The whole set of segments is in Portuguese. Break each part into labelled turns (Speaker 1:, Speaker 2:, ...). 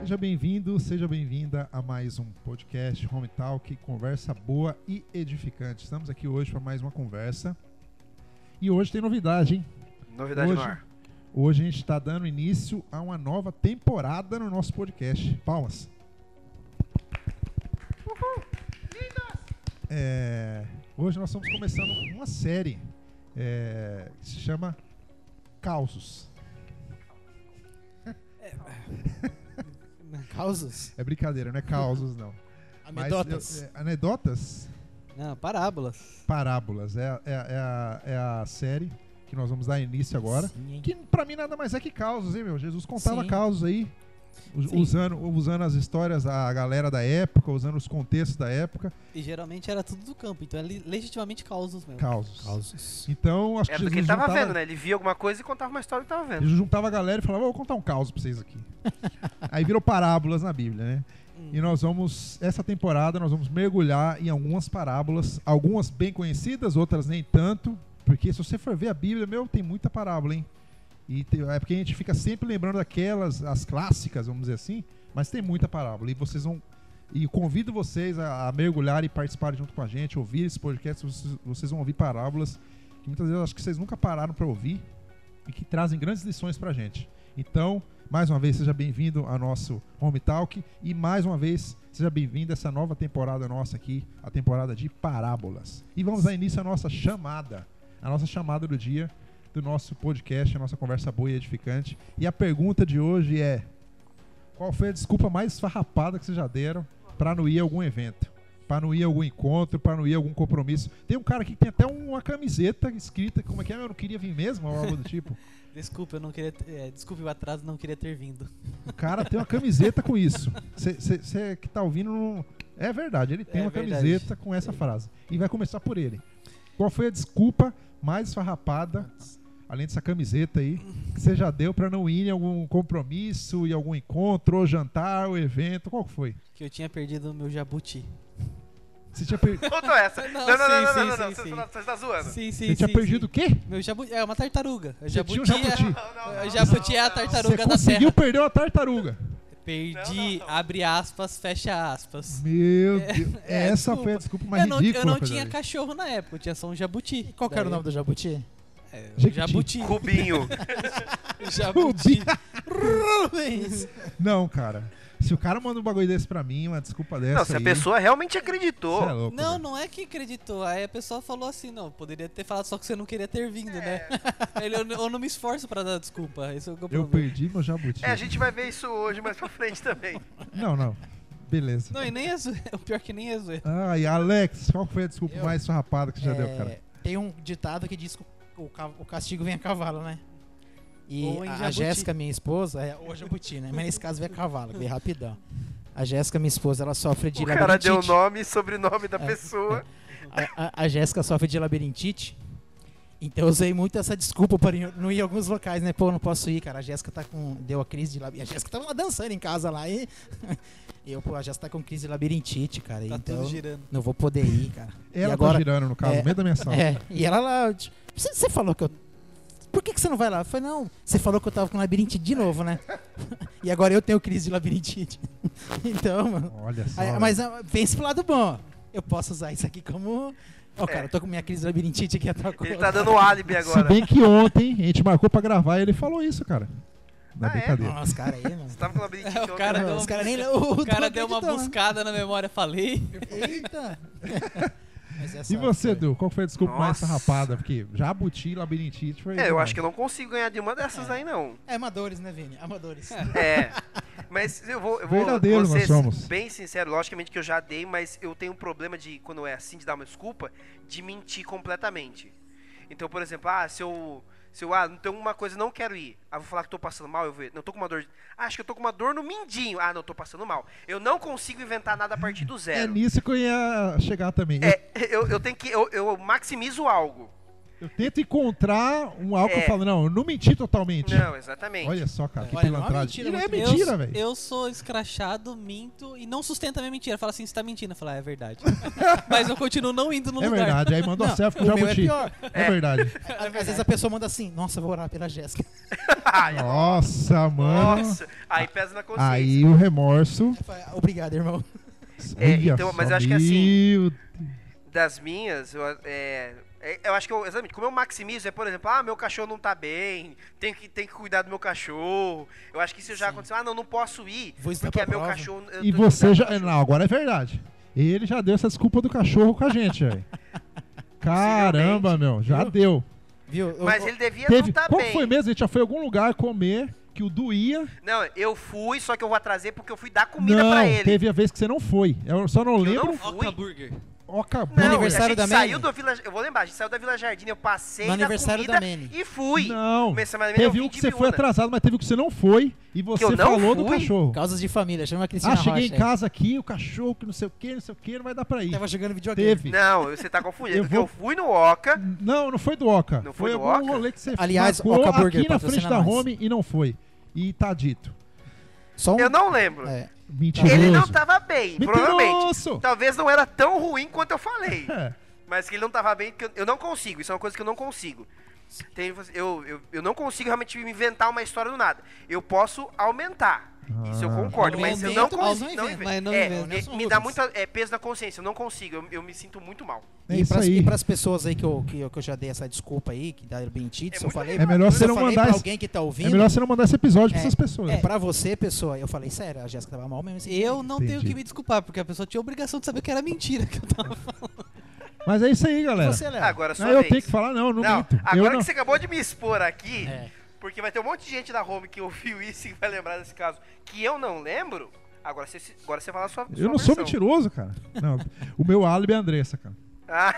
Speaker 1: Seja bem-vindo, seja bem-vinda a mais um podcast Home Talk, conversa boa e edificante. Estamos aqui hoje para mais uma conversa. E hoje tem novidade, hein?
Speaker 2: Novidade
Speaker 1: Hoje-
Speaker 2: no ar.
Speaker 1: Hoje a gente está dando início a uma nova temporada no nosso podcast. Palmas. É, hoje nós estamos começando uma série é, que se chama Causos.
Speaker 3: Causas?
Speaker 1: É brincadeira, não é causos não. Mas eu-
Speaker 3: Anedotas?
Speaker 1: é, anedotas,
Speaker 3: Não, parábolas.
Speaker 1: parábolas. É, a- é a- é a, é a série que nós vamos dar início agora.
Speaker 3: Sim, hein?
Speaker 1: Que pra mim nada mais é que causos, hein, meu? Jesus contava
Speaker 3: Sim.
Speaker 1: causos aí. us-
Speaker 3: Sim.
Speaker 1: Usando, usando as histórias, a galera da época, usando os contextos da época,
Speaker 3: E geralmente era tudo do campo, então é li- legitimamente causas mesmo.
Speaker 1: causos.
Speaker 3: Causas.
Speaker 1: Então, acho que
Speaker 2: Era do
Speaker 1: Jesus
Speaker 2: que ele tava
Speaker 1: juntava,
Speaker 2: vendo, né? Ele via alguma coisa e contava uma história que tava vendo.
Speaker 1: Jesus juntava a galera e falava, vou contar um caos pra vocês aqui. aí virou parábolas na Bíblia, né? E nós vamos, essa temporada, nós vamos mergulhar em algumas parábolas, algumas bem conhecidas, outras nem tanto, porque se você for ver a Bíblia, meu, tem muita parábola, hein? E te- é porque a gente fica sempre lembrando daquelas, as clássicas, vamos dizer assim, mas tem muita parábola. E vocês vão. E convido vocês a, a mergulhar e participar junto com a gente, ouvir esse podcast, vocês, vocês vão ouvir parábolas que muitas vezes eu acho que vocês nunca pararam para ouvir e que trazem grandes lições pra gente. Então, mais uma vez, seja bem-vindo ao nosso Home Talk e mais uma vez, seja bem-vindo a essa nova temporada nossa aqui, a temporada de parábolas. E vamos dar início à nossa chamada, a nossa chamada do dia do nosso podcast, a nossa conversa boa e edificante. E a pergunta de hoje é: qual foi a desculpa mais farrapada que vocês já deram pra não ir a algum evento? Pra não ir a algum encontro, pra não ir a algum compromisso. Tem um cara aqui que tem até uma camiseta escrita, como é que é? Eu não queria vir mesmo, ou algo do tipo.
Speaker 3: Desculpa, eu não queria. ter- é, desculpe o atraso, não queria ter vindo.
Speaker 1: O cara tem uma camiseta com isso. Você que tá ouvindo. não- É verdade, ele tem
Speaker 3: É
Speaker 1: uma
Speaker 3: verdade.
Speaker 1: camiseta com essa frase. E vai começar por ele. Qual foi a desculpa mais farrapada, além dessa camiseta aí, que você já deu pra não ir em algum compromisso, em algum encontro, ou jantar, ou evento? Qual que foi?
Speaker 3: Que eu tinha perdido o meu jabuti.
Speaker 1: Você tinha, per-
Speaker 2: Contou essa.
Speaker 3: Não,
Speaker 2: Não, não, não,
Speaker 3: sim,
Speaker 2: não,
Speaker 3: sim,
Speaker 2: não, não,
Speaker 3: sim,
Speaker 2: não.
Speaker 3: sim.
Speaker 2: Você tá- Você tá zoando.
Speaker 3: Sim, sim.
Speaker 1: você tinha
Speaker 3: sim,
Speaker 1: perdido o
Speaker 3: sim.
Speaker 1: quê?
Speaker 3: Meu jabuti. É uma tartaruga. O
Speaker 1: Você tinha um
Speaker 3: jabuti,
Speaker 1: jabuti.
Speaker 2: Não, não,
Speaker 3: é,
Speaker 2: não,
Speaker 3: o jabuti é a
Speaker 2: não,
Speaker 1: Você
Speaker 3: tartaruga da
Speaker 1: conseguiu
Speaker 3: serra.
Speaker 1: perder uma tartaruga.
Speaker 3: Perdi,
Speaker 2: Não, não, não.
Speaker 3: abre aspas, fecha aspas.
Speaker 1: Meu Deus.
Speaker 3: é,
Speaker 1: essa foi
Speaker 3: desculpa.
Speaker 1: a desculpa mais
Speaker 3: eu não,
Speaker 1: ridícula.
Speaker 3: eu não
Speaker 1: Pedro
Speaker 3: tinha
Speaker 1: Ari.
Speaker 3: cachorro na época, eu tinha só um jabuti.
Speaker 4: Qual que era o
Speaker 3: Daí-
Speaker 4: nome do jabuti?
Speaker 3: É, o
Speaker 1: Jequiti.
Speaker 3: jabuti.
Speaker 2: Cubinho.
Speaker 3: Jabuti. Rubens.
Speaker 1: Não, cara. Se o cara manda um bagulho desse pra mim, uma desculpa dessa.
Speaker 2: Não, se a
Speaker 1: aí,
Speaker 2: pessoa realmente
Speaker 1: cê é
Speaker 2: acreditou.
Speaker 1: louco,
Speaker 3: Não,
Speaker 1: velho.
Speaker 3: não é que acreditou. Aí a pessoa falou assim, não, poderia ter falado só que você não queria ter vindo, né? Ele, eu, eu não me esforço pra dar desculpa. Isso é o que eu provo.
Speaker 1: Eu perdi meu jabuti.
Speaker 2: É, a gente vai ver isso hoje mais pra frente também.
Speaker 1: Não, não. Beleza.
Speaker 3: Não, e nem é zoeira. O pior que nem é zoeira.
Speaker 1: Ai, Alex, qual foi a desculpa
Speaker 4: Eu?
Speaker 1: mais farrapada que você já
Speaker 4: É,
Speaker 1: deu, cara?
Speaker 4: Tem um ditado que diz que o, ca- o castigo vem a cavalo, né? E
Speaker 3: Ou em
Speaker 4: a, a
Speaker 3: jabuti.
Speaker 4: Jéssica, minha esposa, é ou jabuti, né? Mas nesse caso vem a cavalo, que vem rapidão. A Jéssica, minha esposa, ela sofre de
Speaker 2: O cara deu o
Speaker 4: labirintite.
Speaker 2: nome e sobrenome da
Speaker 4: É.
Speaker 2: pessoa.
Speaker 4: A, a- a Jéssica sofre de labirintite. Então eu usei muito essa desculpa para ir- não ir em alguns locais, né? Pô, eu não posso ir, cara. A Jéssica tá com. Deu a crise de labirintite. A Jéssica tava lá dançando em casa lá e. e eu, pô, a Jéssica tá com crise de labirintite, cara.
Speaker 3: Tá
Speaker 4: então
Speaker 3: tudo girando.
Speaker 4: não vou poder ir, cara.
Speaker 1: Ela tá
Speaker 4: agora-
Speaker 1: girando, no caso,
Speaker 4: é,
Speaker 1: no meio da minha sala.
Speaker 4: É, e ela lá, tipo, você você falou que eu. Por que, que você não vai lá? Eu falei, não, você falou que eu tava com labirintite de novo, né? e agora eu tenho crise de labirintite. então, mano.
Speaker 1: Olha só.
Speaker 4: aí-
Speaker 1: velho.
Speaker 2: é
Speaker 4: mas ah, pense pro lado bom. Eu posso usar isso aqui como.
Speaker 3: É.
Speaker 4: Ó, cara, eu tô com minha crise de labirintite aqui atrás.
Speaker 2: Ele tá dando um álibi
Speaker 1: Se
Speaker 2: agora.
Speaker 1: bem que ontem a gente marcou pra gravar e ele falou isso, cara. Na
Speaker 2: Ah, é?
Speaker 1: brincadeira.
Speaker 4: Nossa, cara aí, mano.
Speaker 2: Você tava com labirintite
Speaker 3: É, o
Speaker 2: ontem,
Speaker 3: cara
Speaker 2: né?
Speaker 3: deu-
Speaker 4: Os caras nem.
Speaker 3: O cara deu uma
Speaker 1: né?
Speaker 3: buscada na memória, falei.
Speaker 4: Eita! Mas essa
Speaker 1: E você,
Speaker 4: foi-
Speaker 1: Edu, qual foi a desculpa mais
Speaker 2: Nossa.
Speaker 1: farrapada? Porque jabuti, labirintite foi.
Speaker 2: É, eu acho que eu não consigo ganhar de uma dessas aí, não.
Speaker 4: É amadores, né, Vini? Amadores.
Speaker 2: É. Mas eu vou, eu vou,
Speaker 1: Verdadeiro
Speaker 2: vou
Speaker 1: nós
Speaker 2: ser
Speaker 1: somos.
Speaker 2: bem sincero, logicamente que eu já dei, mas eu tenho um problema de, quando é assim, de dar uma desculpa, de mentir completamente. Então, por exemplo, ah, se eu. Se eu, ah, não tenho uma coisa, não quero ir. Ah, vou falar que tô passando mal, eu vou. Não, tô com uma dor. Ah, acho que eu tô com uma dor no mindinho. Ah, não, tô passando mal. Eu não consigo inventar nada a partir do
Speaker 1: É
Speaker 2: zero.
Speaker 1: nisso que eu ia chegar também.
Speaker 2: É, eu, eu tenho que. Eu, eu maximizo algo.
Speaker 1: Eu tento encontrar um álcool
Speaker 2: É.
Speaker 1: e falo, não, eu não menti totalmente.
Speaker 2: Não, exatamente.
Speaker 1: Olha só, cara, que
Speaker 4: Olha, não é uma
Speaker 1: pilantragem.
Speaker 4: mentira,
Speaker 1: é
Speaker 4: muito-
Speaker 1: mentira,
Speaker 3: eu,
Speaker 1: velho.
Speaker 3: Eu sou escrachado, minto e não sustenta a minha mentira. Fala assim, você tá mentindo. Fala, ah, é verdade. Mas eu continuo não indo no
Speaker 1: É
Speaker 3: lugar.
Speaker 1: verdade, aí manda uma
Speaker 4: Não,
Speaker 1: selfie com o
Speaker 4: o meu é
Speaker 1: Jabuti.
Speaker 4: pior.
Speaker 1: É verdade.
Speaker 4: Às vezes a pessoa manda assim, nossa, vou orar pela Jéssica.
Speaker 1: Nossa, mano.
Speaker 2: Nossa, aí pesa na consciência.
Speaker 1: Aí o remorso.
Speaker 4: Eu falo, Obrigado, irmão.
Speaker 2: É,
Speaker 1: Olha
Speaker 2: então, mas
Speaker 1: só,
Speaker 2: eu acho que assim-
Speaker 1: meu-
Speaker 2: Das minhas, eu, é, é, eu acho que eu, exatamente, como eu maximizo, é por exemplo, ah, meu cachorro não tá bem, tenho que, tenho que cuidar do meu cachorro. Eu acho que isso já aconteceu. Ah, não, não posso ir,
Speaker 4: Vou estar
Speaker 2: porque é
Speaker 4: pra
Speaker 2: meu
Speaker 4: prova.
Speaker 2: cachorro. eu
Speaker 1: E
Speaker 2: tenho que
Speaker 1: você
Speaker 2: cuidar
Speaker 1: já.
Speaker 2: do cachorro.
Speaker 1: Não, agora é verdade. Ele já deu essa desculpa do cachorro com a gente, velho. Caramba, meu, já
Speaker 4: Viu?
Speaker 1: deu.
Speaker 4: Viu? Eu-
Speaker 2: Mas
Speaker 4: eu-
Speaker 2: ele devia
Speaker 1: Teve,
Speaker 2: não tá
Speaker 1: qual
Speaker 2: bem.
Speaker 1: foi mesmo? A gente já foi a algum lugar comer que o doía.
Speaker 2: Não, eu fui, só que eu vou atrasar porque eu fui dar comida
Speaker 1: Não,
Speaker 2: pra ele.
Speaker 1: teve um a vez que você não foi. Eu só não
Speaker 2: Eu não
Speaker 1: lembro.
Speaker 2: fui.
Speaker 3: Burger.
Speaker 1: Ó, acabou.
Speaker 2: Não,
Speaker 4: aniversário
Speaker 2: a gente
Speaker 4: da Manny?
Speaker 2: saiu do Vila, eu vou lembrar, a gente saiu da Vila Jardim, eu passei
Speaker 4: No
Speaker 2: da
Speaker 4: aniversário
Speaker 2: comida
Speaker 4: da Manny.
Speaker 2: e fui.
Speaker 1: Não.
Speaker 2: Mas, mas, eu
Speaker 1: Teve
Speaker 2: vim
Speaker 1: um que
Speaker 2: de
Speaker 1: você foi
Speaker 2: Biúna.
Speaker 1: atrasado, mas teve um que você não foi. E você
Speaker 2: eu não
Speaker 1: falou do
Speaker 2: fui?
Speaker 1: cachorro.
Speaker 4: Causas de família, chama a Cristina
Speaker 1: Ah, cheguei em
Speaker 4: Rocha.
Speaker 1: casa aqui, o cachorro que não sei o que, não sei o que, não vai dar pra ir.
Speaker 4: Tava jogando videogame.
Speaker 1: Teve.
Speaker 2: Não, você tá confundindo.
Speaker 1: Eu
Speaker 2: porque
Speaker 1: vou-
Speaker 2: eu fui no Oca,
Speaker 1: Não, não foi do Oca.
Speaker 2: Não
Speaker 1: foi
Speaker 2: foi do
Speaker 1: algum
Speaker 2: Oca?
Speaker 1: rolê que você
Speaker 4: Aliás,
Speaker 1: marcou
Speaker 4: Oca Burger,
Speaker 1: aqui na frente
Speaker 4: patrocina
Speaker 1: da
Speaker 4: nós.
Speaker 1: home e não foi. E tá dito.
Speaker 4: Só um...
Speaker 2: eu não lembro.
Speaker 4: É.
Speaker 1: Mentiroso.
Speaker 2: Ele não tava bem, provavelmente.
Speaker 1: Mentiroso!
Speaker 2: Talvez não era tão ruim quanto eu falei.
Speaker 1: É.
Speaker 2: Mas que ele não tava bem, que eu, eu não consigo. Isso é uma coisa que eu não consigo. Tem- eu, eu, eu não consigo realmente me inventar uma história do nada. Eu posso aumentar. Isso eu
Speaker 1: Ah.
Speaker 2: concordo,
Speaker 3: Eu
Speaker 2: mas eu
Speaker 3: aumento,
Speaker 2: não
Speaker 3: mas
Speaker 2: consigo.
Speaker 3: não invento, mas não
Speaker 2: é,
Speaker 3: invento.
Speaker 2: é,
Speaker 3: Nelson
Speaker 2: me dá
Speaker 3: Rubens.
Speaker 2: muito é, peso na consciência, eu não consigo, eu, eu me sinto muito mal.
Speaker 1: É
Speaker 4: e
Speaker 1: isso
Speaker 4: pras-
Speaker 1: aí.
Speaker 4: e pras pessoas aí que eu, que, eu, que eu já dei essa desculpa aí, que dá bentite,
Speaker 2: É
Speaker 4: se eu
Speaker 2: muito
Speaker 4: falei.
Speaker 1: É melhor
Speaker 4: se
Speaker 1: você
Speaker 4: eu
Speaker 1: não
Speaker 4: falei
Speaker 1: mandar
Speaker 4: pra
Speaker 1: esse-
Speaker 4: alguém que tá ouvindo.
Speaker 1: É melhor você não mandar esse episódio pra
Speaker 4: É,
Speaker 1: essas pessoas.
Speaker 4: É, pra você, pessoa. Eu falei, sério, a Jéssica tava mal mesmo. esse dia.
Speaker 3: Eu não tenho
Speaker 1: Entendi.
Speaker 3: que me desculpar, porque a pessoa tinha a obrigação de saber que era mentira que eu tava
Speaker 1: Mas é isso aí, galera.
Speaker 4: Você, Léo.
Speaker 2: Agora é
Speaker 1: Não,
Speaker 2: sua
Speaker 1: eu
Speaker 2: vez.
Speaker 1: tenho que falar, não, não,
Speaker 2: Não,
Speaker 1: minto.
Speaker 2: agora
Speaker 1: Eu
Speaker 2: que
Speaker 1: não.
Speaker 2: você acabou de me expor aqui,
Speaker 4: É.
Speaker 2: porque vai ter um monte de gente da home que ouviu isso e vai lembrar desse caso que eu não lembro. Agora você, agora você fala a sua.
Speaker 1: Eu não sou
Speaker 2: mentiroso.
Speaker 1: mentiroso, cara. Não, o meu álibi é a Andressa, cara.
Speaker 2: Ah,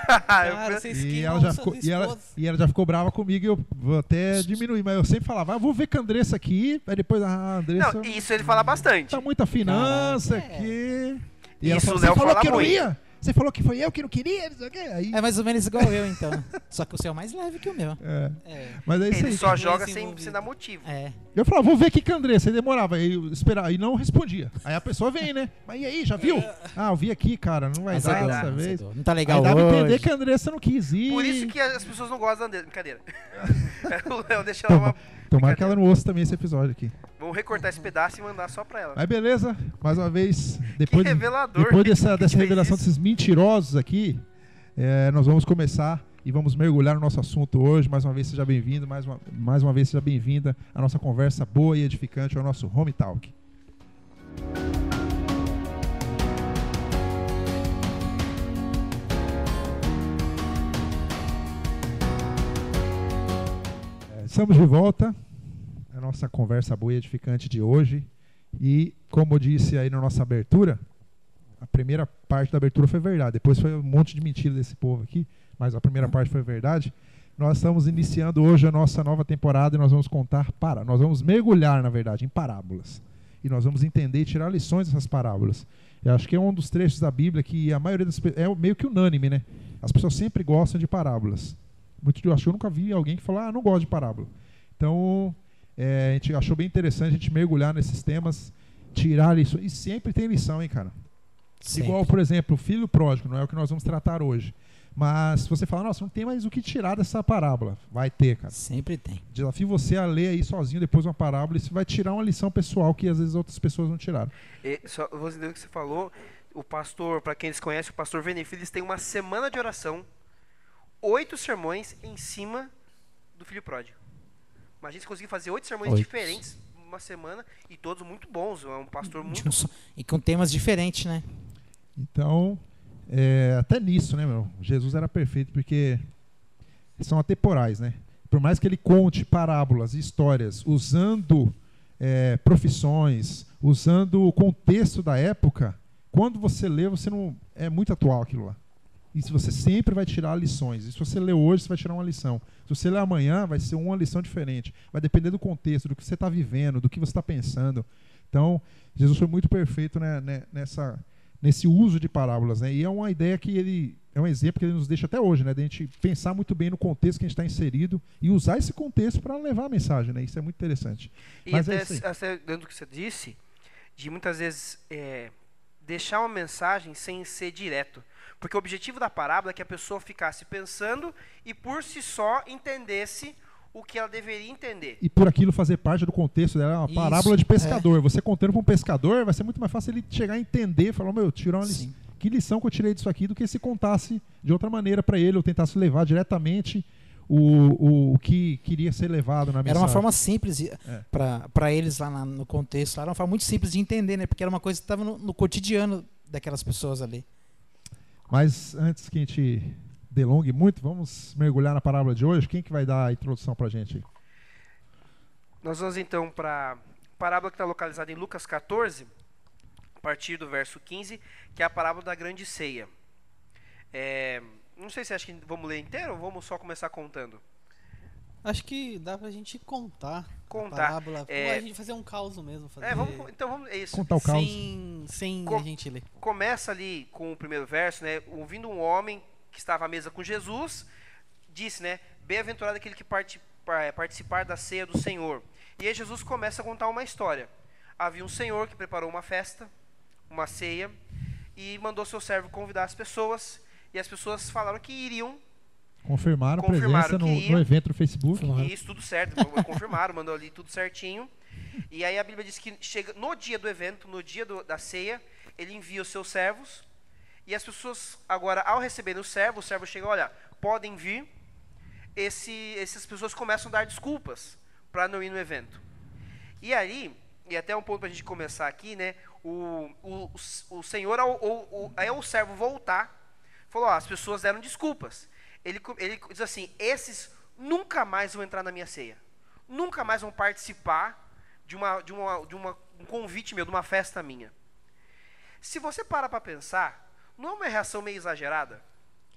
Speaker 2: eu
Speaker 3: Cara,
Speaker 2: penso-
Speaker 3: você
Speaker 1: E
Speaker 3: esquema
Speaker 1: ela,
Speaker 3: a
Speaker 1: já
Speaker 3: sua
Speaker 1: ficou, e, ela,
Speaker 3: esposa.
Speaker 1: e ela já ficou brava comigo e eu vou até diminuir. Mas eu sempre falava, ah, vou ver com a Andressa aqui. Aí depois, ah, a Andressa.
Speaker 2: Não, isso ele fala bastante.
Speaker 1: Tá muita finança
Speaker 4: Caraca, é.
Speaker 1: aqui.
Speaker 2: Isso
Speaker 1: falou,
Speaker 2: o Léo
Speaker 1: você falou
Speaker 2: fala
Speaker 1: que eu não
Speaker 2: muito."
Speaker 1: ia? Você falou que foi eu que não queria? Não sei o quê. Aí,
Speaker 4: É mais ou menos igual eu, então. Só que o seu é mais leve que o meu.
Speaker 1: é.
Speaker 3: É.
Speaker 1: Mas é isso
Speaker 2: Ele
Speaker 1: aí.
Speaker 2: só
Speaker 1: cara.
Speaker 2: joga
Speaker 3: Esse
Speaker 2: sem,
Speaker 3: envolvido.
Speaker 2: sem dar motivo.
Speaker 4: É.
Speaker 1: Eu falava, vou ver aqui com a Andressa. Aí demorava, aí eu esperava, e não respondia. Aí a pessoa vem, né? Mas e aí, já viu?
Speaker 2: É.
Speaker 1: Ah, eu vi aqui, cara, não
Speaker 2: Ah,
Speaker 1: vai dar
Speaker 4: Azedou,
Speaker 1: dessa
Speaker 4: azedou.
Speaker 1: vez.
Speaker 4: Não tá legal
Speaker 1: Aí dá pra
Speaker 4: hoje.
Speaker 1: entender que a Andressa não quis ir.
Speaker 2: Por isso que as pessoas não gostam da Andressa. Brincadeira. o Léo
Speaker 1: Tá
Speaker 2: deixa ela uma.
Speaker 1: Tomara que ela não ouça também esse episódio aqui.
Speaker 2: Vamos recortar esse pedaço e mandar só pra ela.
Speaker 1: Mas beleza, mais uma vez, depois, de-
Speaker 2: revelador,
Speaker 1: depois
Speaker 2: quem
Speaker 1: dessa,
Speaker 2: que
Speaker 1: dessa
Speaker 2: fez
Speaker 1: revelação
Speaker 2: isso?
Speaker 1: desses mentirosos aqui, é, nós vamos começar e vamos mergulhar no nosso assunto hoje. Mais uma vez, seja bem-vindo, mais uma, mais uma vez, seja bem-vinda à nossa conversa boa e edificante, ao nosso Home Talk. É, Estamos de volta à nossa conversa boa e edificante de hoje. E como eu disse aí na nossa abertura, a primeira parte da abertura foi verdade. Depois foi um monte de mentira desse povo aqui, mas a primeira parte foi verdade. Nós estamos iniciando hoje a nossa nova temporada e nós vamos contar para, nós vamos mergulhar na verdade em parábolas e nós vamos entender e tirar lições dessas parábolas. Eu acho que é um dos trechos da Bíblia que a maioria das pe- é meio que unânime, né? As pessoas sempre gostam de parábolas. Muito eu acho que eu nunca vi alguém que falou: "Ah, não gosto de parábola". Então, é, a gente achou bem interessante a gente mergulhar nesses temas, tirar lições. E sempre tem lição, hein, cara?
Speaker 4: Sempre.
Speaker 1: é Igual, por exemplo, o filho pródigo, não é o que nós vamos tratar hoje. Mas se você falar, nossa, não tem mais o que tirar dessa parábola, vai ter, cara.
Speaker 4: Sempre tem.
Speaker 1: Desafio você a ler aí sozinho depois uma parábola, isso vai tirar uma lição pessoal que às vezes outras pessoas não tiraram.
Speaker 2: E só, eu vou entender o que você falou. O pastor, pra quem eles conhecem, o pastor Venefilis tem uma semana de oração, oito sermões em cima do filho pródigo. Imagina se conseguir fazer oito sermões
Speaker 4: Oito.
Speaker 2: diferentes numa semana e todos muito bons. É um pastor muito.
Speaker 4: De um só- E com temas diferentes, né?
Speaker 1: Então, é, até nisso, né, meu? Jesus era perfeito porque são atemporais, né? Por mais que ele conte parábolas, e histórias, usando é, profissões, usando o contexto da época, quando você lê, você não é muito atual aquilo lá. E se você sempre vai tirar lições. E se você lê hoje, você vai tirar uma lição. Se você lê amanhã, vai ser uma lição diferente. Vai depender do contexto, do que você está vivendo, do que você está pensando. Então, Jesus foi muito perfeito né, né, nessa, nesse uso de parábolas, né? E é uma ideia que ele é um exemplo que ele nos deixa até hoje, né? De a gente pensar muito bem no contexto que a gente está inserido e usar esse contexto para levar a mensagem, né? Isso é muito interessante.
Speaker 2: E
Speaker 1: Mas é
Speaker 2: até
Speaker 1: isso aí.
Speaker 2: até dentro do que você disse, de muitas vezes é, deixar uma mensagem sem ser direto. Porque o objetivo da parábola é que a pessoa ficasse pensando e por si só entendesse o que ela deveria entender.
Speaker 1: E por aquilo fazer parte do contexto dela, é uma
Speaker 4: Isso,
Speaker 1: parábola de pescador. Você contando para um pescador, vai ser muito mais fácil ele chegar a entender, falar, meu, tirar uma lição.
Speaker 4: Sim.
Speaker 1: que lição que eu tirei disso aqui do que se contasse de outra maneira para ele ou tentasse levar diretamente o, o que queria ser levado na mensagem.
Speaker 4: Era uma forma simples para para eles lá na- no contexto, lá, era uma forma muito simples de entender, né? Porque era uma coisa que estava no, no cotidiano daquelas pessoas ali.
Speaker 1: Mas antes que a gente delongue muito, vamos mergulhar na parábola de hoje. Quem que vai dar a introdução para gente? aí?
Speaker 2: Nós vamos então para a parábola que está localizada em Lucas 14, a partir do verso 15, que é a parábola da grande ceia. É, não sei se acha que vamos ler inteiro ou vamos só começar contando?
Speaker 5: Acho que dá pra gente contar.
Speaker 2: Contar,
Speaker 5: A parábola. Ou
Speaker 2: é-
Speaker 5: a gente fazer um caos mesmo. Fazer... um
Speaker 2: É, vamos,
Speaker 4: Tá
Speaker 2: então vamos, é isso.
Speaker 1: Contar o caos.
Speaker 5: Sem, sem
Speaker 2: Com-
Speaker 5: a gente ler.
Speaker 2: começa ali com o primeiro verso, né? Ouvindo um homem que estava à mesa com Jesus, disse, né? Bem-aventurado aquele que parti- pa- eh, participar da ceia do Senhor. E aí Jesus começa a contar uma história. Havia um senhor que preparou uma festa, uma ceia, e mandou seu servo convidar as pessoas. E as pessoas falaram que iriam,
Speaker 1: Confirmaram, a
Speaker 2: Confirmaram
Speaker 1: presença no,
Speaker 2: que ia.
Speaker 1: no evento do Facebook.
Speaker 2: e isso tudo certo, confirmaram, mandou ali tudo certinho. E aí a Bíblia diz que chega no dia do evento, no dia do- da ceia, ele envia os seus servos. E as pessoas, agora, ao receberem o servo, o servo chega, olha, podem vir. Esse, essas pessoas começam a dar desculpas para não ir no evento. E aí, e até um ponto para a gente começar aqui, né? O, o, o senhor, ao, ao- o- aí o servo voltar, falou: ó, as pessoas deram desculpas. Ele, co- ele diz assim: esses nunca mais vão entrar na minha ceia, nunca mais vão participar de, uma, de, uma, de uma, um convite meu, de uma festa minha. Se você para para pensar, não é uma reação meio exagerada?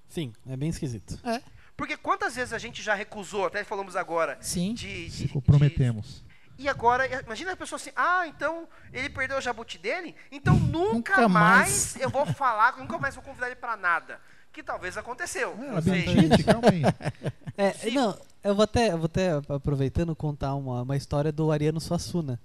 Speaker 5: Sim, é bem esquisito.
Speaker 4: É,
Speaker 2: Porque quantas vezes a gente já recusou, até falamos agora,
Speaker 4: Sim.
Speaker 2: de, de,
Speaker 1: Se
Speaker 2: de-
Speaker 1: comprometemos.
Speaker 2: e agora, imagina a pessoa assim, ah, então ele perdeu o jabuti dele, então nunca,
Speaker 4: Nunca
Speaker 2: mais
Speaker 4: mais.
Speaker 2: eu vou falar, nunca mais vou convidar ele pra nada. Que talvez aconteceu.
Speaker 1: Ah,
Speaker 2: não
Speaker 1: Era
Speaker 2: sei.
Speaker 1: bem gente, calma aí.
Speaker 5: É,
Speaker 2: Sim.
Speaker 5: não, eu vou até, eu vou até aproveitando contar uma, uma história do Ariano Suassuna.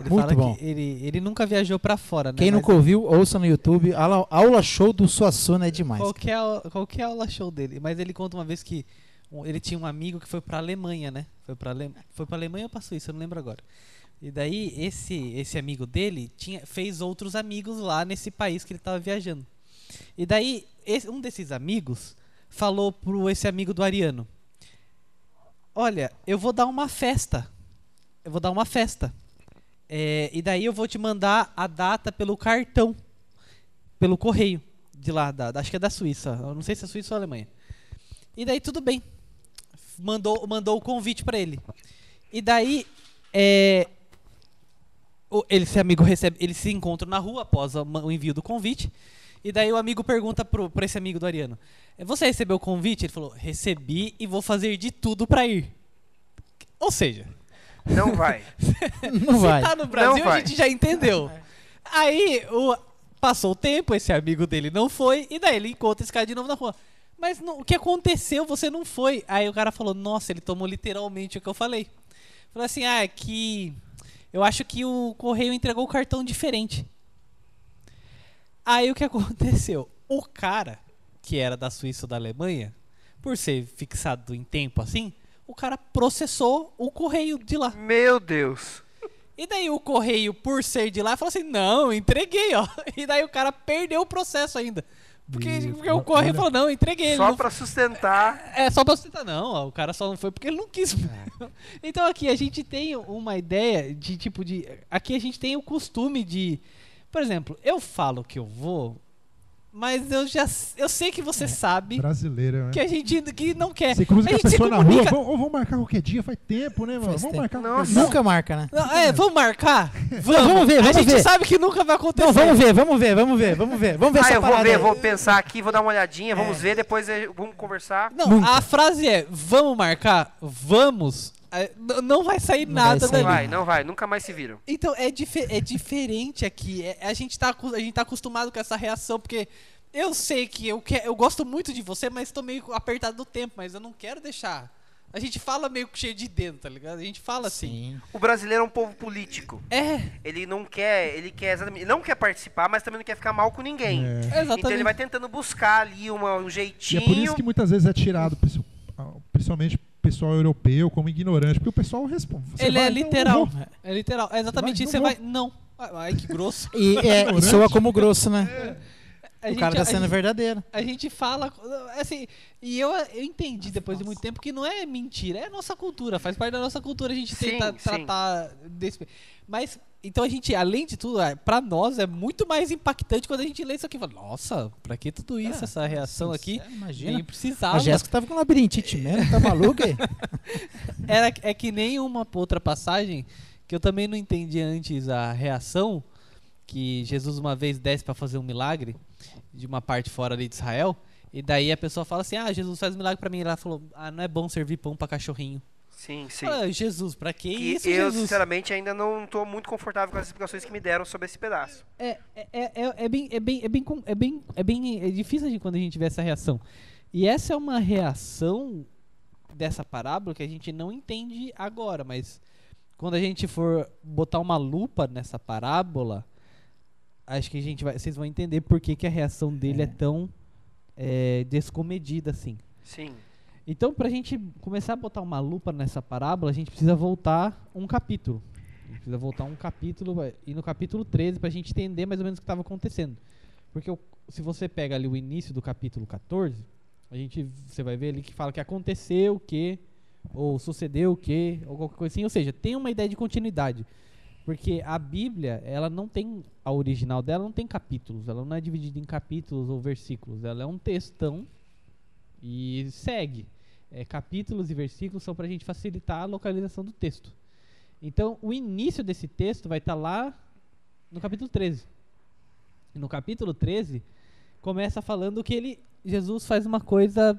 Speaker 5: Ele
Speaker 4: Muito
Speaker 5: fala
Speaker 4: bom.
Speaker 5: que ele, ele nunca viajou pra fora, né?
Speaker 4: Quem
Speaker 5: Mas
Speaker 4: nunca ouviu, ouça no YouTube. Aula, aula show do Suassuna é demais.
Speaker 5: Qual que é a- qual que é a aula show dele? Mas ele conta uma vez que um- ele tinha um amigo que foi pra Alemanha, né? Foi pra, Ale... foi pra Alemanha ou pra Suíça, eu não lembro agora. E daí esse, esse amigo dele tinha, fez outros amigos lá nesse país que ele tava viajando. E daí esse- um desses amigos falou pro esse amigo do Ariano: Olha, eu vou dar uma festa. Eu vou dar uma festa. É, e daí eu vou te mandar a data pelo cartão pelo correio de lá, da, da- acho que é da Suíça. Eu não sei se é Suíça ou Alemanha. E daí tudo bem. Mandou, mandou o convite pra ele. E daí é, o- ele, esse amigo recebe, eles se encontram na rua após a- o envio do convite. E daí o amigo pergunta pro, pra esse amigo do Ariano: "É, Você recebeu o convite? Ele falou: Recebi e vou fazer de tudo pra ir. Ou seja,
Speaker 2: Não vai.
Speaker 4: Não vai.
Speaker 5: se tá no Brasil, a
Speaker 2: vai.
Speaker 5: gente já entendeu. Aí, o- passou o tempo, esse amigo dele não foi, e daí ele encontra esse cara de novo na rua. Mas não- o que aconteceu? Você não foi. Aí o cara falou, nossa, ele tomou literalmente o que eu falei. Falou assim, ah, é que eu acho que o correio entregou o cartão diferente. Aí o que aconteceu? O cara, que era da Suíça ou da Alemanha, por ser fixado em tempo assim, o cara processou o correio de lá.
Speaker 2: Meu Deus.
Speaker 5: E daí o correio, por ser de lá, falou assim: não, entreguei, ó. E daí o cara perdeu o processo ainda. Porque,
Speaker 1: Ih,
Speaker 5: porque o correio
Speaker 1: olha.
Speaker 5: falou: não, entreguei. ele
Speaker 2: Só
Speaker 5: não-
Speaker 2: pra sustentar.
Speaker 5: É só pra você tá, não, ó, o cara só não foi porque ele não quis. então aqui a gente tem uma ideia de tipo de. Aqui a gente tem o costume de. Por exemplo, eu falo que eu vou, mas eu já. Eu sei que você sabe
Speaker 1: Brasileira, né?
Speaker 5: que a gente que não quer.
Speaker 1: É, Você cruza
Speaker 5: a
Speaker 1: com a
Speaker 5: gente se
Speaker 1: pessoa na rua,
Speaker 5: comunica.
Speaker 1: vamos, ou vamos marcar qualquer dia, faz tempo, né, mano? Vamos
Speaker 4: Faz tempo.
Speaker 1: marcar
Speaker 2: Nossa.
Speaker 1: qualquer dia.
Speaker 4: Nunca marca, né?
Speaker 5: Não, é, vamos marcar? Vamos.
Speaker 4: vamos ver,
Speaker 5: A
Speaker 4: vamos
Speaker 5: gente
Speaker 4: ver.
Speaker 5: sabe que nunca vai acontecer.
Speaker 4: Não, vamos ver, vamos ver, vamos ver, vamos ver. Vamos ver
Speaker 2: Ah,
Speaker 4: essa
Speaker 2: eu vou
Speaker 4: parada
Speaker 2: ver,
Speaker 4: aí.
Speaker 2: vou pensar aqui, vou dar uma olhadinha, vamos ver, depois eh, vamos conversar.
Speaker 5: Não,
Speaker 4: Nunca.
Speaker 5: a frase é vamos marcar, vamos. é, n- Não vai sair
Speaker 4: Não
Speaker 5: nada
Speaker 4: vai sair.
Speaker 2: Não
Speaker 5: dali.
Speaker 2: vai, não vai, nunca mais se viram.
Speaker 5: Então é, dife- é diferente aqui. é- a, gente tá, acu- a gente tá acostumado com essa reação, porque Eu sei que eu, que, eu gosto muito de você, mas tô meio apertado do tempo, mas eu não quero deixar. A gente fala meio que cheio de dedo, tá ligado? A gente fala assim.
Speaker 2: O brasileiro é um povo político.
Speaker 5: É,
Speaker 2: Ele não quer, ele quer exatamente, ele não quer participar, mas também não quer ficar mal com ninguém.
Speaker 5: exatamente.
Speaker 2: Então ele vai tentando buscar ali uma- um
Speaker 1: E
Speaker 2: jeitinho.
Speaker 1: é por isso que muitas vezes é tirado, princi- principalmente o pessoal europeu, como ignorante, porque o pessoal responde. Você
Speaker 5: Ele
Speaker 1: vai, então,
Speaker 5: é
Speaker 1: não,
Speaker 5: literal.
Speaker 1: não.
Speaker 5: É literal. É exatamente
Speaker 1: Vai,
Speaker 5: isso. Você
Speaker 1: não
Speaker 5: vai. Não. Ai, que grosso.
Speaker 4: E é, e soa como grosso, né?
Speaker 5: É, A
Speaker 4: o cara tá
Speaker 5: a
Speaker 4: sendo verdadeiro.
Speaker 5: A gente fala. Assim, e eu, eu entendi depois de muito tempo que não é mentira, é nossa cultura, faz parte da nossa cultura a gente
Speaker 2: Sim,
Speaker 5: tentar
Speaker 2: sim.
Speaker 5: tratar desse. Mas, então a gente, além de tudo, é, pra nós é muito mais impactante quando a gente lê isso aqui. e Fala, nossa, pra que tudo
Speaker 2: É,
Speaker 5: isso, essa reação aqui?
Speaker 4: É, Imagina.
Speaker 5: Nem precisava.
Speaker 4: A Jéssica tava com labirintite mesmo, tá maluca? aí?
Speaker 5: Era, é que nem uma outra passagem que eu também não entendi antes a reação que Jesus uma vez desce para fazer um milagre de uma parte fora ali de Israel e daí a pessoa fala assim ah Jesus faz um milagre para mim e ela falou ah não é bom servir pão para cachorrinho
Speaker 2: Sim, sim.
Speaker 5: ah, Jesus para que
Speaker 2: E
Speaker 5: isso
Speaker 2: eu,
Speaker 5: Jesus
Speaker 2: sinceramente, ainda não tô muito confortável com as explicações que me deram sobre esse pedaço.
Speaker 5: é, é, é, é bem é bem é bem com- é bem é bem é difícil a gente, quando a gente vê essa reação e essa é uma reação dessa parábola que a gente não entende agora mas quando a gente for botar uma lupa nessa parábola acho que a gente vai vocês vão entender por que, que a reação dele é, tão é, descomedida assim
Speaker 2: Sim.
Speaker 5: então pra gente começar a botar uma lupa nessa parábola a gente precisa voltar um capítulo a gente precisa voltar um capítulo vai, e no capítulo 13 pra gente entender mais ou menos o que estava acontecendo. Porque o- se você pega ali o início do capítulo 14, a gente você vai ver ali que fala que aconteceu o que ou sucedeu o que ou qualquer coisa assim, ou seja, tem uma ideia de continuidade. Porque a Bíblia, ela não tem a original dela não tem capítulos, ela não é dividida em capítulos ou versículos, ela é um textão e segue. É, capítulos e versículos são pra gente facilitar a localização do texto. Então, o início desse texto vai estar lá no capítulo 13. E no capítulo 13, começa falando que ele Jesus faz uma coisa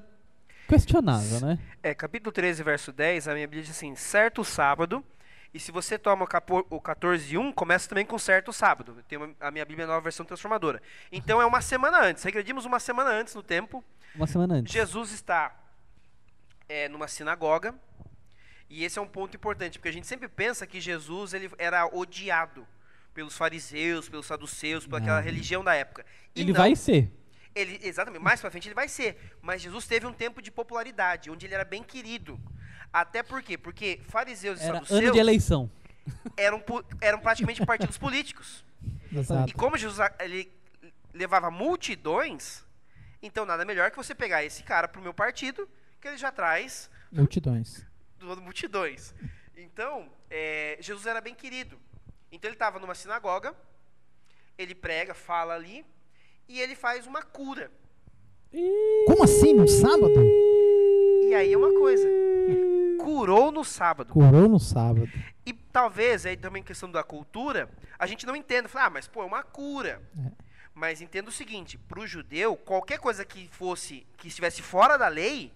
Speaker 5: questionável, né?
Speaker 2: É, capítulo 13, verso 10, a minha Bíblia diz assim, certo sábado, e se você toma o capo- o 14 e 1, começa também com certo sábado. Tem uma- a minha Bíblia nova versão transformadora. Então é uma semana antes, regredimos uma semana antes no tempo.
Speaker 5: Uma semana antes.
Speaker 2: Jesus está é, numa sinagoga, e esse é um ponto importante, porque a gente sempre pensa que Jesus ele era odiado pelos fariseus, pelos saduceus, por aquela religião da época. E
Speaker 5: Uhum. Ele
Speaker 2: não,
Speaker 5: vai ser.
Speaker 2: ele, exatamente, mais pra frente ele vai ser. Mas Jesus teve um tempo de popularidade, onde ele era bem querido. Até por quê? Porque fariseus e
Speaker 5: Era ano
Speaker 2: saduceus
Speaker 5: de eleição.
Speaker 2: eram, pu- eram praticamente partidos políticos. E
Speaker 5: Tá.
Speaker 4: Exato.
Speaker 2: como Jesus a- ele levava multidões, então nada melhor que você pegar esse cara pro meu partido, que ele já traz
Speaker 4: Multidões.
Speaker 2: do do multidões. Então, é, Jesus era bem querido. Então ele estava numa sinagoga, ele prega, fala ali, e ele faz uma cura.
Speaker 4: Como assim, no sábado?
Speaker 2: E aí é uma coisa. Curou no sábado.
Speaker 4: Curou no sábado.
Speaker 2: E talvez, aí também questão da cultura, a gente não entenda. Fala, ah, mas pô, é uma cura. Mas entenda o seguinte, para o judeu, qualquer coisa que fosse, que estivesse fora da lei,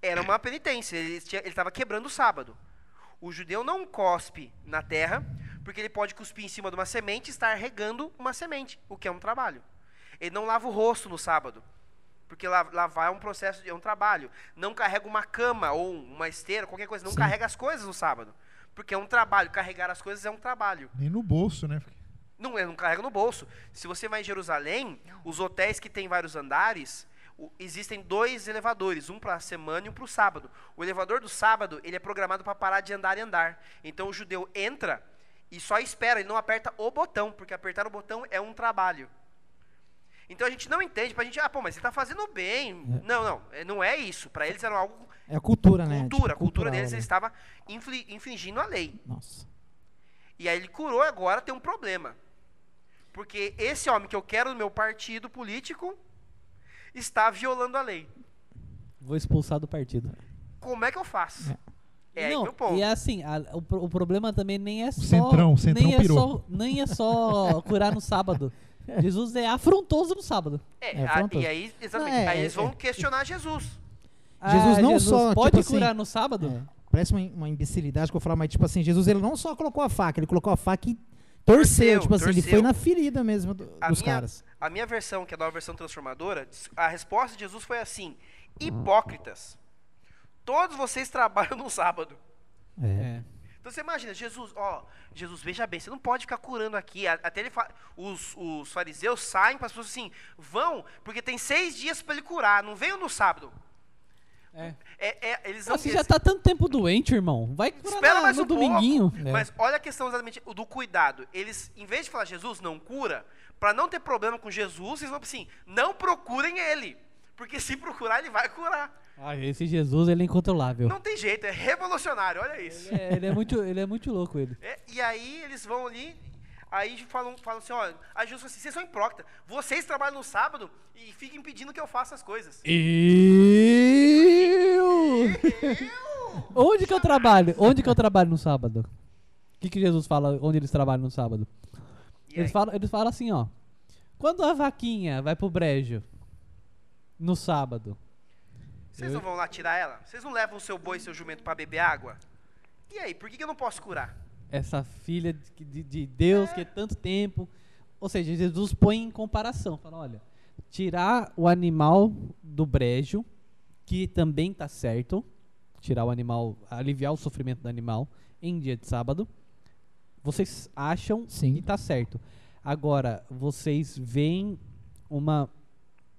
Speaker 2: era uma penitência. Ele estava quebrando o sábado. O judeu não cospe na terra, porque ele pode cuspir em cima de uma semente e estar regando uma semente, o que é um trabalho. Ele não lava o rosto no sábado, porque la- lavar é um processo, de- é um trabalho. Não carrega uma cama ou uma esteira, qualquer coisa. Não carrega as coisas no sábado, porque é um trabalho. Carregar as coisas é um trabalho.
Speaker 1: Nem no bolso, né?
Speaker 2: Não, é, não carrega no bolso. Se você vai em Jerusalém, os hotéis que tem vários andares, o- existem dois elevadores, um para a semana e um para o sábado. O elevador do sábado, ele é programado para parar de andar e andar. Então o judeu entra e só espera, ele não aperta o botão, porque apertar o botão é um trabalho. Então a gente não entende, pra gente, ah, pô, mas ele tá fazendo bem. Não, não, é- não é isso. Para eles era algo
Speaker 4: É a cultura,
Speaker 2: cultura, a
Speaker 4: né? Tipo,
Speaker 2: cultura
Speaker 4: cultural,
Speaker 2: deles, é
Speaker 4: né?
Speaker 2: ele estava infli- infringindo a lei.
Speaker 4: Nossa.
Speaker 2: E aí ele curou agora tem um problema. Porque esse homem que eu quero no meu partido político está violando a lei.
Speaker 5: Vou expulsar do partido.
Speaker 2: Como é que eu faço? É, aí
Speaker 5: não,
Speaker 2: meu ponto.
Speaker 5: E assim, a- o, pro- o problema também nem é só.
Speaker 1: Centrão, o Centrão
Speaker 5: nem é
Speaker 1: pirou.
Speaker 5: só, nem é só curar no sábado. Jesus é afrontoso no sábado.
Speaker 2: É,
Speaker 4: é
Speaker 2: a-
Speaker 4: afrontoso.
Speaker 2: e aí, exatamente.
Speaker 4: Não, é,
Speaker 2: aí eles
Speaker 4: é,
Speaker 2: vão
Speaker 4: é.
Speaker 2: questionar Jesus.
Speaker 4: Jesus não só,
Speaker 5: Ah, Pode
Speaker 4: tipo assim,
Speaker 5: curar no sábado?
Speaker 4: É, Parece uma, uma imbecilidade que eu vou falar, mas tipo assim, Jesus ele não só colocou a faca, ele colocou a faca e torceu.
Speaker 2: Torceu,
Speaker 4: tipo assim, ele
Speaker 2: torceu.
Speaker 4: foi na ferida mesmo do-
Speaker 2: A
Speaker 4: dos
Speaker 2: minha-
Speaker 4: caras.
Speaker 2: A minha versão, que é a nova versão transformadora, diz- a resposta de Jesus foi assim: hipócritas. Todos vocês trabalham no sábado.
Speaker 4: É.
Speaker 5: É.
Speaker 2: Então você imagina, Jesus, ó, Jesus, veja bem, você não pode ficar curando aqui. A- Até ele fa- os, os fariseus saem para as pessoas assim, vão, porque tem seis dias para ele curar, não venham no sábado.
Speaker 5: É.
Speaker 2: É, é, eles não
Speaker 5: Você
Speaker 4: Assim
Speaker 5: já tá tanto tempo doente, irmão. Vai curar
Speaker 2: Espera
Speaker 5: na-
Speaker 2: mais
Speaker 5: no
Speaker 2: um
Speaker 5: dominguinho. É.
Speaker 2: pouco.
Speaker 4: É.
Speaker 2: Mas olha a questão exatamente do cuidado. Eles, em vez de falar Jesus não cura, para não ter problema com Jesus, eles vão assim, não procurem ele. Porque se procurar, ele vai curar.
Speaker 5: Ah, esse Jesus, ele é incontrolável.
Speaker 2: Não tem jeito, é revolucionário, olha isso.
Speaker 5: É, ele, é muito, ele é muito louco, ele.
Speaker 2: É, e aí eles vão ali, aí falam, falam assim, ó, aí Jesus fala assim, vocês são imprócta, vocês trabalham no sábado e ficam impedindo que eu faça as coisas.
Speaker 5: Eu...
Speaker 2: Eu?
Speaker 5: Onde que eu trabalho? Onde que eu trabalho no sábado? O que, que Jesus fala onde eles trabalham no sábado?
Speaker 2: E aí?
Speaker 5: Eles falam, eles falam assim, ó. Quando a vaquinha vai pro brejo no sábado,
Speaker 2: Vocês não vão lá tirar ela? Vocês não levam o seu boi e seu jumento para beber água? E aí, por que, que eu não posso curar?
Speaker 5: essa filha de, de- de Deus que é tanto tempo. Ou seja, Jesus põe em comparação. Fala, olha, tirar o animal do brejo, que também tá certo, tirar o animal, aliviar o sofrimento do animal em dia de sábado, vocês acham
Speaker 4: Sim.
Speaker 5: que tá certo. Agora, vocês veem uma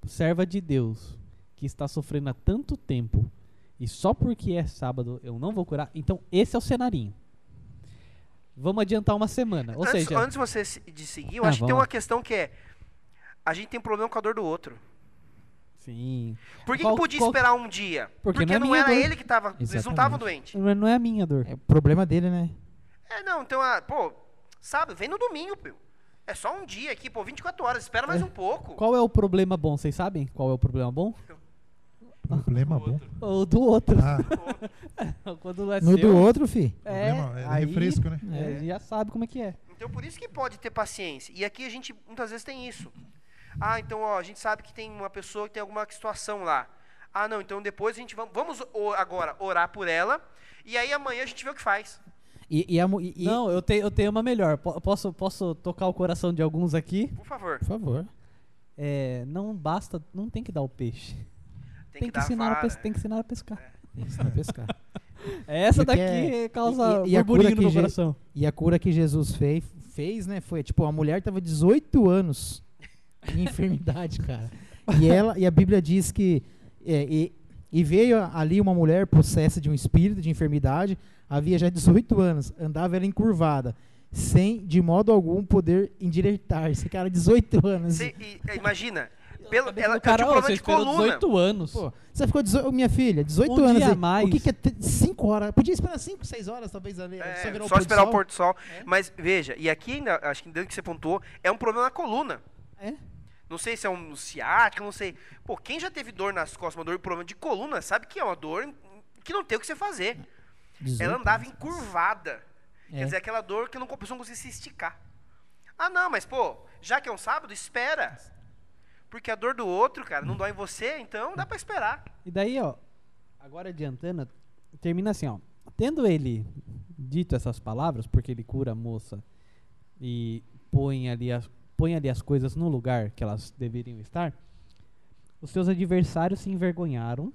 Speaker 5: serva de Deus que está sofrendo há tanto tempo e só porque é sábado eu não vou curar, então esse é o cenarinho. Vamos adiantar uma semana. Ou
Speaker 2: antes,
Speaker 5: seja,
Speaker 2: antes de você se- de seguir, eu
Speaker 5: Ah,
Speaker 2: acho que tem
Speaker 5: vamos
Speaker 2: uma questão que é. A gente tem um problema com a dor do outro.
Speaker 5: sim.
Speaker 2: Por que,
Speaker 5: Qual-
Speaker 2: que podia
Speaker 5: qual-
Speaker 2: esperar um dia?
Speaker 5: Porque não é
Speaker 2: não
Speaker 5: minha
Speaker 2: era
Speaker 5: dor.
Speaker 2: ele que tava. Eles não
Speaker 4: Exatamente.
Speaker 2: estavam doentes.
Speaker 5: Mas Não é a minha dor.
Speaker 4: É problema dele, né?
Speaker 2: É, não, então, ah, pô, sabe, vem no domingo, pô. É só um dia aqui, pô, 24 horas, espera mais um pouco.
Speaker 5: Qual é o problema bom? Vocês sabem qual é o problema bom?
Speaker 1: Problema bom.
Speaker 5: O do outro.
Speaker 1: Ah,
Speaker 5: Quando é seu,
Speaker 4: No do outro, fi.
Speaker 5: É,
Speaker 1: problema é
Speaker 5: aí,
Speaker 1: refresco, né?
Speaker 5: é, já sabe como é que é.
Speaker 2: Então por isso que pode ter paciência. E aqui a gente muitas vezes tem isso. Ah, então ó, a gente sabe que tem uma pessoa que tem alguma situação lá. Ah, não, então depois a gente va- vamos, o- agora orar por ela e aí amanhã a gente vê o que faz.
Speaker 4: E, e a mu- e- e-
Speaker 5: Não, eu, te, eu tenho uma melhor. Po- Posso, posso tocar o coração de alguns aqui?
Speaker 2: Por favor,
Speaker 4: Por favor.
Speaker 5: É, não basta, não tem que dar o peixe.
Speaker 2: tem,
Speaker 5: Tem, que,
Speaker 2: dar né?
Speaker 5: ensinar a
Speaker 2: vara.
Speaker 5: pes- tem que ensinar a pescar.
Speaker 4: Ensina a pescar.
Speaker 5: Essa
Speaker 4: E o que
Speaker 5: daqui
Speaker 4: é-
Speaker 5: causa
Speaker 4: e- e a cura
Speaker 5: burburinho no
Speaker 4: que
Speaker 5: meu
Speaker 4: Je-
Speaker 5: coração.
Speaker 4: E a cura que Jesus fez, fez, né, foi, tipo, a mulher tava 18 anos em enfermidade, cara. E ela, e a Bíblia diz que é, e, e veio a- ali uma mulher possessa de um espírito de enfermidade, havia já 18 anos, andava ela encurvada, sem de modo algum poder endireitar-se, cara, 18 anos.
Speaker 2: Cê- e- e- imagina, pelo,
Speaker 5: Cabeça
Speaker 2: ela,
Speaker 5: do
Speaker 2: ela tinha um
Speaker 5: ó,
Speaker 2: problema
Speaker 5: você
Speaker 2: de
Speaker 5: esperou
Speaker 2: coluna.
Speaker 5: 18 anos.
Speaker 4: Pô, você ficou 18, minha filha, 18
Speaker 5: Um
Speaker 4: anos.
Speaker 5: dia a
Speaker 4: aí,
Speaker 5: mais.
Speaker 4: O que, que é 5 horas? Podia esperar 5, 6 horas, talvez ali.
Speaker 2: É,
Speaker 4: só virar
Speaker 2: só
Speaker 4: pôr do
Speaker 2: esperar o
Speaker 4: sol.
Speaker 2: pôr do sol. Mas veja, e aqui ainda, acho que dentro que você pontuou, é um problema na coluna.
Speaker 4: É.
Speaker 2: Não sei se é um ciático, não sei. Pô, quem já teve dor nas costas, uma dor, problema de coluna, sabe que é uma dor que não tem o que você fazer.
Speaker 4: 18
Speaker 2: Ela andava encurvada. Quer
Speaker 4: É.
Speaker 2: dizer, aquela dor que não, a pessoa não conseguia se esticar. Ah, não, mas pô, já que é um sábado, espera. Porque a dor do outro, cara, não dói em você, então dá pra esperar.
Speaker 5: E daí, ó, agora adiantando, termina assim, ó. Tendo ele dito essas palavras, porque ele cura a moça e põe ali as, põe ali as coisas no lugar que elas deveriam estar, os seus adversários se envergonharam.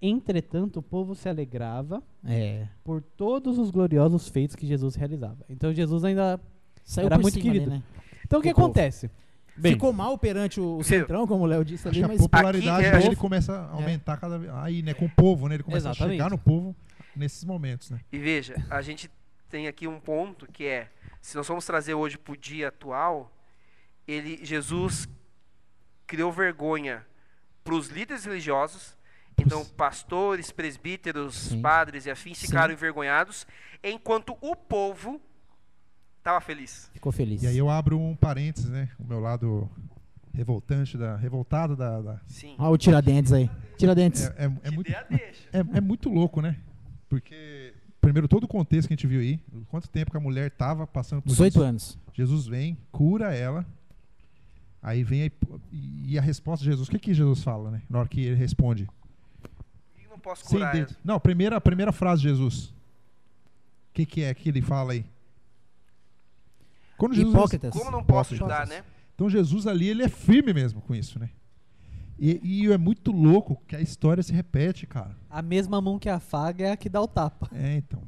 Speaker 5: Entretanto, o povo se alegrava
Speaker 4: É.
Speaker 5: por todos os gloriosos feitos que Jesus realizava. Então Jesus ainda.
Speaker 4: Saiu
Speaker 5: Era
Speaker 4: por
Speaker 5: muito
Speaker 4: cima ali,
Speaker 5: querido.
Speaker 4: né?
Speaker 5: Então o que
Speaker 4: O povo.
Speaker 5: acontece? Bem,
Speaker 4: Ficou mal perante o, o
Speaker 2: Viu?
Speaker 4: Centrão, como o Léo disse
Speaker 1: acho
Speaker 4: ali,
Speaker 1: que a
Speaker 4: mas
Speaker 1: popularidade
Speaker 2: Aqui, é,
Speaker 1: dele
Speaker 2: a gente-
Speaker 1: começa a aumentar cada vez. Aí, né, com o povo, né? Ele começa
Speaker 5: Exatamente.
Speaker 1: a chegar no povo nesses momentos, né?
Speaker 2: E veja, a gente tem aqui um ponto que é, se nós vamos trazer hoje pro dia atual, ele Jesus criou vergonha para os líderes religiosos. Então, pastores, presbíteros,
Speaker 4: Sim.
Speaker 2: padres e afins ficaram envergonhados, enquanto o povo estava feliz.
Speaker 4: ficou feliz.
Speaker 1: E aí eu abro um parênteses, né? O meu lado revoltante, da, revoltado da. da-
Speaker 2: Sim.
Speaker 4: Olha o Tiradentes aí. Tiradentes.
Speaker 1: é, é- é
Speaker 2: Te
Speaker 1: muito,
Speaker 2: dei a deixa.
Speaker 1: é, é muito louco, né? Porque, primeiro, todo o contexto que a gente viu aí, quanto tempo que a mulher tava passando por
Speaker 4: 18
Speaker 1: isso.
Speaker 4: anos.
Speaker 1: Jesus vem, cura ela. Aí vem a, hip- e a resposta de Jesus. O que, que Jesus fala, né? Na hora que ele responde.
Speaker 2: Por que eu não posso
Speaker 1: Sem
Speaker 2: curar
Speaker 1: dente.
Speaker 2: ela?
Speaker 1: Não, primeira, primeira frase de Jesus. O que, que é que ele fala aí? Quando Jesus,
Speaker 4: Hipócritas.
Speaker 2: Como eu não posso
Speaker 1: Hipócritas.
Speaker 2: ajudar, né?
Speaker 1: Então, Então Jesus ali ele é firme mesmo com isso, né? E, e é muito louco que a história se repete, cara.
Speaker 3: A mesma mão que afaga é a que dá o tapa.
Speaker 1: É, então.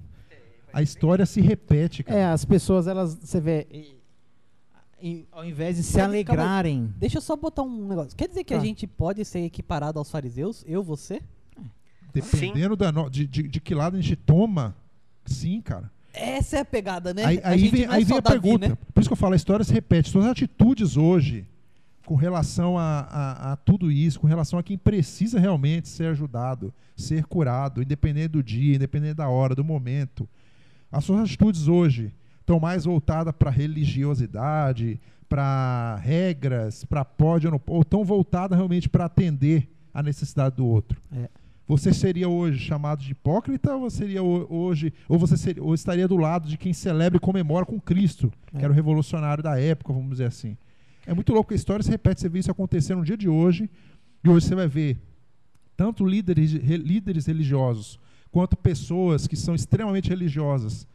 Speaker 1: A história se repete, cara.
Speaker 4: É, as pessoas, elas, você vê, e- e- ao invés de se
Speaker 3: Calma aí.
Speaker 4: alegrarem.
Speaker 3: Deixa eu só botar um negócio. Quer dizer que a
Speaker 4: Tá.
Speaker 3: gente pode ser equiparado aos fariseus? Eu, você?
Speaker 1: Dependendo da no- de, de, de que lado a gente toma, sim, cara.
Speaker 3: Essa é a pegada, né?
Speaker 1: Aí,
Speaker 3: a
Speaker 1: aí
Speaker 3: gente
Speaker 1: vem,
Speaker 3: não é
Speaker 1: aí
Speaker 3: só
Speaker 1: vem a
Speaker 3: Davi,
Speaker 1: pergunta.
Speaker 3: né?
Speaker 1: Por isso que eu falo, a história se repete. Suas atitudes hoje com relação a, a, a tudo isso, com relação a quem precisa realmente ser ajudado, ser curado, independente do dia, independente da hora, do momento. As suas atitudes hoje estão mais voltadas para religiosidade, para regras, para pode ou não ou estão voltadas realmente para atender a necessidade do outro.
Speaker 4: É.
Speaker 1: Você seria hoje chamado de hipócrita ou você seria ho- hoje ou você seria- ou estaria do lado de quem celebra e comemora com Cristo,
Speaker 4: É.
Speaker 1: que era o revolucionário da época, vamos dizer assim. É muito louco que a história se repete, você vê isso acontecer no dia de hoje, e hoje você vai ver tanto líderes, re- líderes religiosos quanto pessoas que são extremamente religiosas,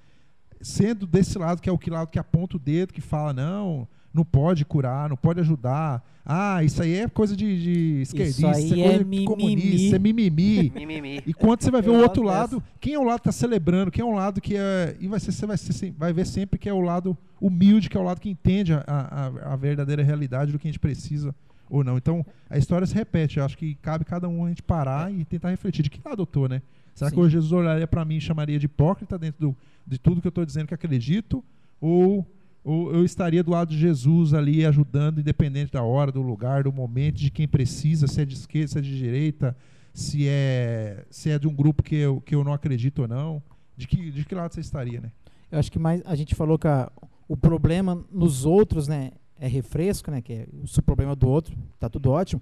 Speaker 1: sendo desse lado que é o que lado que aponta o dedo, que fala não, não pode curar, não pode ajudar. Ah, isso aí é coisa de, de esquerdista,
Speaker 3: aí
Speaker 1: isso é
Speaker 3: é
Speaker 1: coisa de
Speaker 3: mimimi.
Speaker 1: comunista, isso é mimimi.
Speaker 2: Mimimi.
Speaker 1: E quando você vai ver
Speaker 3: Eu
Speaker 1: o outro
Speaker 3: gosto
Speaker 1: lado, quem é o lado que tá celebrando, quem é o lado que é. E vai ser, você vai, ser sem- vai ver sempre que é o lado humilde, que é o lado que entende a, a, a verdadeira realidade do que a gente precisa ou não. Então, a história se repete. Eu acho que cabe cada um a gente parar e tentar refletir. De que lado eu tô, né? Será que
Speaker 4: Sim.
Speaker 1: hoje Jesus olharia para mim e chamaria de hipócrita dentro do, de tudo que eu estou dizendo que acredito? Ou, ou eu estaria do lado de Jesus ali ajudando, independente da hora, do lugar, do momento, de quem precisa, se é de esquerda, se é de direita, se é, se é de um grupo que eu, que eu não acredito ou não? De que, de que lado você estaria, né?
Speaker 4: Eu acho que mais a gente falou que a- o problema nos outros, né, é refresco, né, que é o problema do outro, tá tudo ótimo.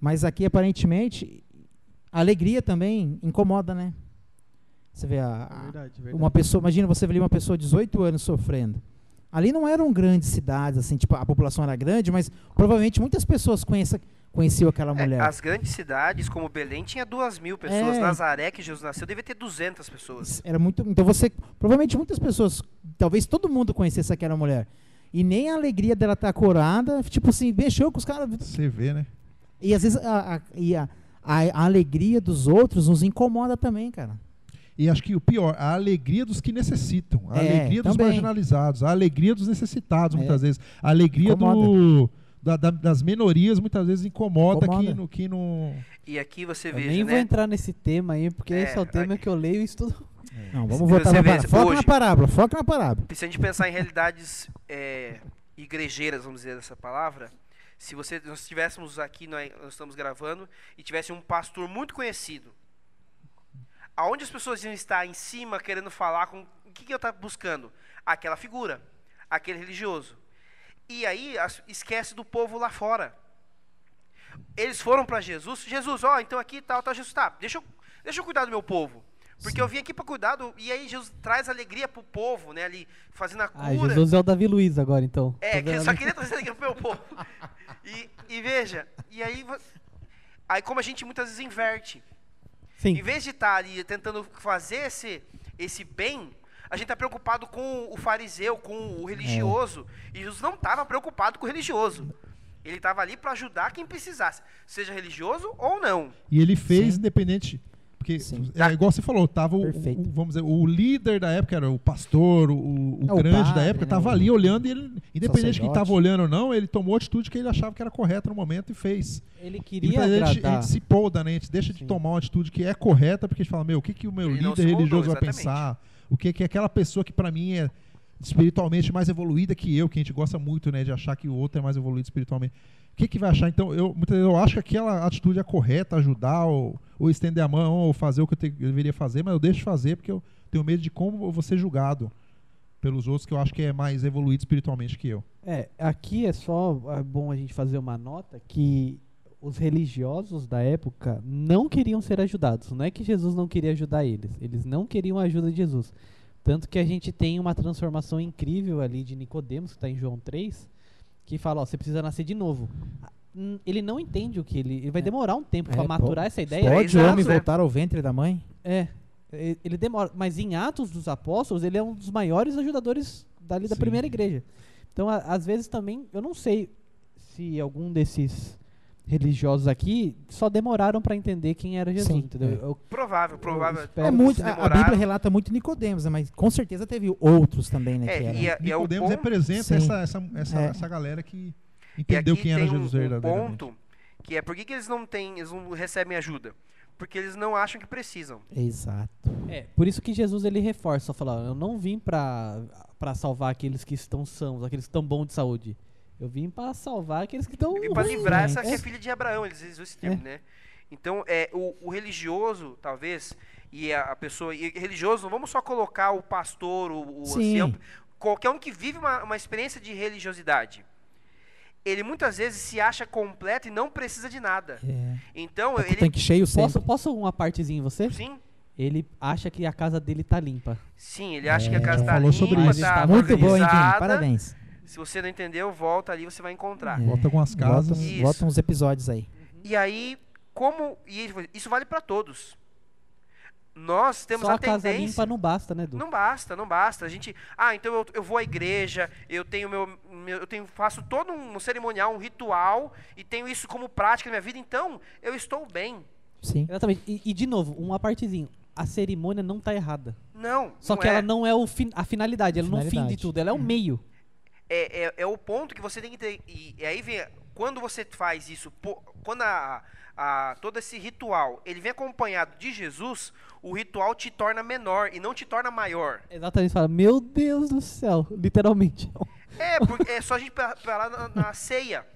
Speaker 4: Mas aqui aparentemente a alegria também incomoda, né? Você vê a, a-
Speaker 5: Ah, Verdade, verdade.
Speaker 4: uma pessoa, imagina você vê uma pessoa de 18 anos sofrendo. Ali não eram grandes cidades assim, tipo, a população era grande, mas provavelmente muitas pessoas conheça, conheciam aquela
Speaker 2: É,
Speaker 4: mulher.
Speaker 2: as grandes cidades, como Belém, tinha duas mil pessoas.
Speaker 4: É.
Speaker 2: Nazaré, que Jesus nasceu, devia ter 200 pessoas.
Speaker 4: Era muito. Então você. Provavelmente muitas pessoas. Talvez todo mundo conhecesse aquela mulher. E nem a alegria dela estar curada. Tipo assim, mexeu com os caras.
Speaker 1: Você vê, né?
Speaker 4: E às vezes a, a- e a, a, a alegria dos outros nos incomoda também, cara.
Speaker 1: E acho que o pior, a alegria dos que necessitam, a
Speaker 4: É,
Speaker 1: alegria dos
Speaker 4: também.
Speaker 1: marginalizados, a alegria dos necessitados,
Speaker 4: É.
Speaker 1: muitas vezes, a alegria do, da- da- das minorias, muitas vezes incomoda,
Speaker 4: Incomoda.
Speaker 1: quem não. Quem não
Speaker 2: E aqui você
Speaker 3: Eu
Speaker 2: veja,
Speaker 3: nem
Speaker 2: né?
Speaker 3: vou entrar nesse tema aí, porque
Speaker 2: É,
Speaker 3: esse é o tema
Speaker 2: ai.
Speaker 3: que eu leio e estudo.
Speaker 4: Não,
Speaker 2: Você
Speaker 4: vamos voltar na
Speaker 2: vê
Speaker 4: parábola.
Speaker 2: isso
Speaker 4: Foca na
Speaker 2: hoje?
Speaker 4: parábola, foca na parábola.
Speaker 2: Se a gente pensar em realidades é, igrejeiras, vamos dizer essa palavra, se você nós estivéssemos aqui, nós, nós estamos gravando, e tivesse um pastor muito conhecido, aonde as pessoas iam estar em cima querendo falar com o que, que eu estou buscando? Aquela figura, aquele religioso. E aí as- esquece do povo lá fora. Eles foram para Jesus, Jesus, ó, então aqui tal, tal, Jesus, tá, deixa eu, deixa eu cuidar do meu povo. Porque eu vim aqui para cuidar do. E aí Jesus traz alegria pro povo, né? Ali, fazendo a
Speaker 3: Ah,
Speaker 2: cura.
Speaker 3: Jesus é o Davi Luiz agora, então.
Speaker 2: É,
Speaker 3: Tá
Speaker 2: que eu
Speaker 3: vendo?
Speaker 2: só queria trazer alegria pro meu povo. E, e veja, e aí. vo- Aí como a gente muitas vezes inverte. Em
Speaker 3: Sim.
Speaker 2: vez de estar ali tentando fazer esse, esse bem, a gente está preocupado com o fariseu, com o religioso. E Jesus não estava preocupado com o religioso. Ele estava ali para ajudar quem precisasse, seja religioso ou não.
Speaker 1: E ele fez
Speaker 4: Sim.
Speaker 1: independente. Porque,
Speaker 4: Sim.
Speaker 1: é, igual você falou, tava o,
Speaker 4: Perfeito.
Speaker 1: o- vamos dizer, o líder da época, era o pastor, o, o
Speaker 4: É, o
Speaker 1: grande da
Speaker 4: padre,
Speaker 1: época,
Speaker 4: né,
Speaker 1: tava
Speaker 4: o
Speaker 1: ali olhando e ele, independente de quem
Speaker 4: sacerdote.
Speaker 1: tava olhando ou não, ele tomou a atitude que ele achava que era correta no momento e fez.
Speaker 3: Ele
Speaker 1: E
Speaker 3: queria
Speaker 1: a, gente, a
Speaker 3: agradar.
Speaker 1: gente se polda, né? A gente deixa de
Speaker 4: Sim.
Speaker 1: tomar uma atitude que é correta, porque a gente fala, meu, o que, que o meu
Speaker 2: Ele não
Speaker 1: líder
Speaker 2: se moldou,
Speaker 1: religioso vai
Speaker 2: exatamente.
Speaker 1: pensar? O que, que aquela pessoa que pra mim é espiritualmente mais evoluída que eu, que a gente gosta muito, né? De achar que o outro é mais evoluído espiritualmente. O que, que vai achar? Então, eu, muitas vezes, eu acho que aquela atitude é correta, ajudar, ou, ou estender a mão, ou fazer o que eu, te- eu deveria fazer, mas eu deixo de fazer porque eu tenho medo de como eu vou ser julgado pelos outros que eu acho que é mais evoluído espiritualmente que eu.
Speaker 3: É, aqui é só é bom a gente fazer uma nota que os religiosos da época não queriam ser ajudados. Não é que Jesus não queria ajudar eles, eles não queriam a ajuda de Jesus. Tanto que a gente tem uma transformação incrível ali de Nicodemos, que está em João 3, que fala, ó, você precisa nascer de novo. Ah, hum, Ele não entende o que ele... Ele vai
Speaker 4: É.
Speaker 3: demorar um tempo para
Speaker 4: É,
Speaker 3: maturar
Speaker 4: pô,
Speaker 3: essa ideia.
Speaker 2: três
Speaker 4: Pode o homem
Speaker 2: anos, né?
Speaker 4: voltar ao ventre da mãe?
Speaker 3: É, e- ele demora. Mas em Atos dos Apóstolos, ele é um dos maiores ajudadores dali da
Speaker 1: Sim.
Speaker 3: primeira igreja. Então, a- às vezes também, eu não sei.
Speaker 5: esse algum desses religiosos aqui só demoraram pra entender quem era Jesus,
Speaker 4: Sim,
Speaker 5: entendeu?
Speaker 4: é.
Speaker 5: Eu-
Speaker 2: Provável, provável.
Speaker 5: espero-
Speaker 4: É
Speaker 5: Eles
Speaker 4: muito, a- a,
Speaker 2: demoraram.
Speaker 4: Bíblia relata muito Nicodemos, né, mas com certeza teve outros também, né?
Speaker 2: É,
Speaker 4: que eram.
Speaker 2: e, é- e é o
Speaker 1: Nicodemos
Speaker 2: ponto-
Speaker 4: Sim.
Speaker 1: representa essa, essa, essa,
Speaker 4: É.
Speaker 1: essa galera que
Speaker 2: E
Speaker 1: entendeu
Speaker 2: aqui
Speaker 1: quem era
Speaker 2: tem um-
Speaker 1: Jesus
Speaker 2: um
Speaker 1: verdadeiramente.
Speaker 2: ponto que é por que, que eles não têm, eles não recebem ajuda? Porque eles não acham que precisam.
Speaker 4: Exato.
Speaker 5: É, por isso que Jesus ele reforça, falar, eu não vim pra para salvar aqueles que estão sãos, aqueles que estão bons de saúde. Eu vim pra salvar aqueles que estão
Speaker 2: Eu vim pra
Speaker 5: ruins,
Speaker 4: Uhum.
Speaker 2: livrar
Speaker 5: né?
Speaker 2: essa que é
Speaker 5: É.
Speaker 2: filha de Abraão, eles usam esse
Speaker 4: É.
Speaker 2: termo, né? Então, é, o, o religioso, talvez, e a, a pessoa. E religioso, não vamos só colocar o pastor, o, o
Speaker 4: Sim.
Speaker 2: ancião, qualquer um que vive uma, uma experiência de religiosidade. Ele muitas vezes se acha completo e não precisa de nada.
Speaker 4: É.
Speaker 2: Então,
Speaker 4: Tá com o
Speaker 2: ele.
Speaker 4: tanque cheio sempre.
Speaker 5: Posso, posso uma partezinha em você?
Speaker 2: Sim,
Speaker 5: Ele acha que a casa dele tá limpa.
Speaker 2: sim, ele acha
Speaker 4: É,
Speaker 2: que a casa tá
Speaker 1: falou sobre
Speaker 2: limpa,
Speaker 5: isso.
Speaker 2: tá
Speaker 4: muito boa, hein, Vini?
Speaker 2: organizada.
Speaker 4: Parabéns.
Speaker 2: Se você não entendeu, volta ali, você vai encontrar.
Speaker 4: É.
Speaker 1: Volta algumas
Speaker 4: Bota,
Speaker 1: casas.
Speaker 2: Isso.
Speaker 4: bota uns episódios aí.
Speaker 2: E aí, como. E isso vale para todos. Nós temos
Speaker 5: Só
Speaker 2: a
Speaker 5: a casa
Speaker 2: tendência.
Speaker 5: limpa não basta, né, Du?
Speaker 2: Não basta, não basta. A gente, ah, então eu, eu vou à igreja, eu tenho meu, meu- eu tenho faço todo um cerimonial, um ritual e tenho isso como prática na minha vida, então eu estou bem.
Speaker 4: Sim.
Speaker 5: Exatamente. E, e, de novo, uma partezinha. A cerimônia não tá errada.
Speaker 2: Não.
Speaker 5: Só
Speaker 2: não
Speaker 5: que
Speaker 2: é.
Speaker 5: ela não é o fin- a finalidade, ela não é o fim
Speaker 4: Finalidade.
Speaker 5: de tudo, ela é o meio.
Speaker 2: é, é, é o ponto que você tem que ter. E, e aí vem. Quando você faz isso, po- quando a, a- todo esse ritual ele vem acompanhado de Jesus, o ritual te torna menor e não te torna maior.
Speaker 5: Exatamente, fala, meu Deus do céu, literalmente.
Speaker 2: É, porque é só a gente pra- pra lá na, na ceia.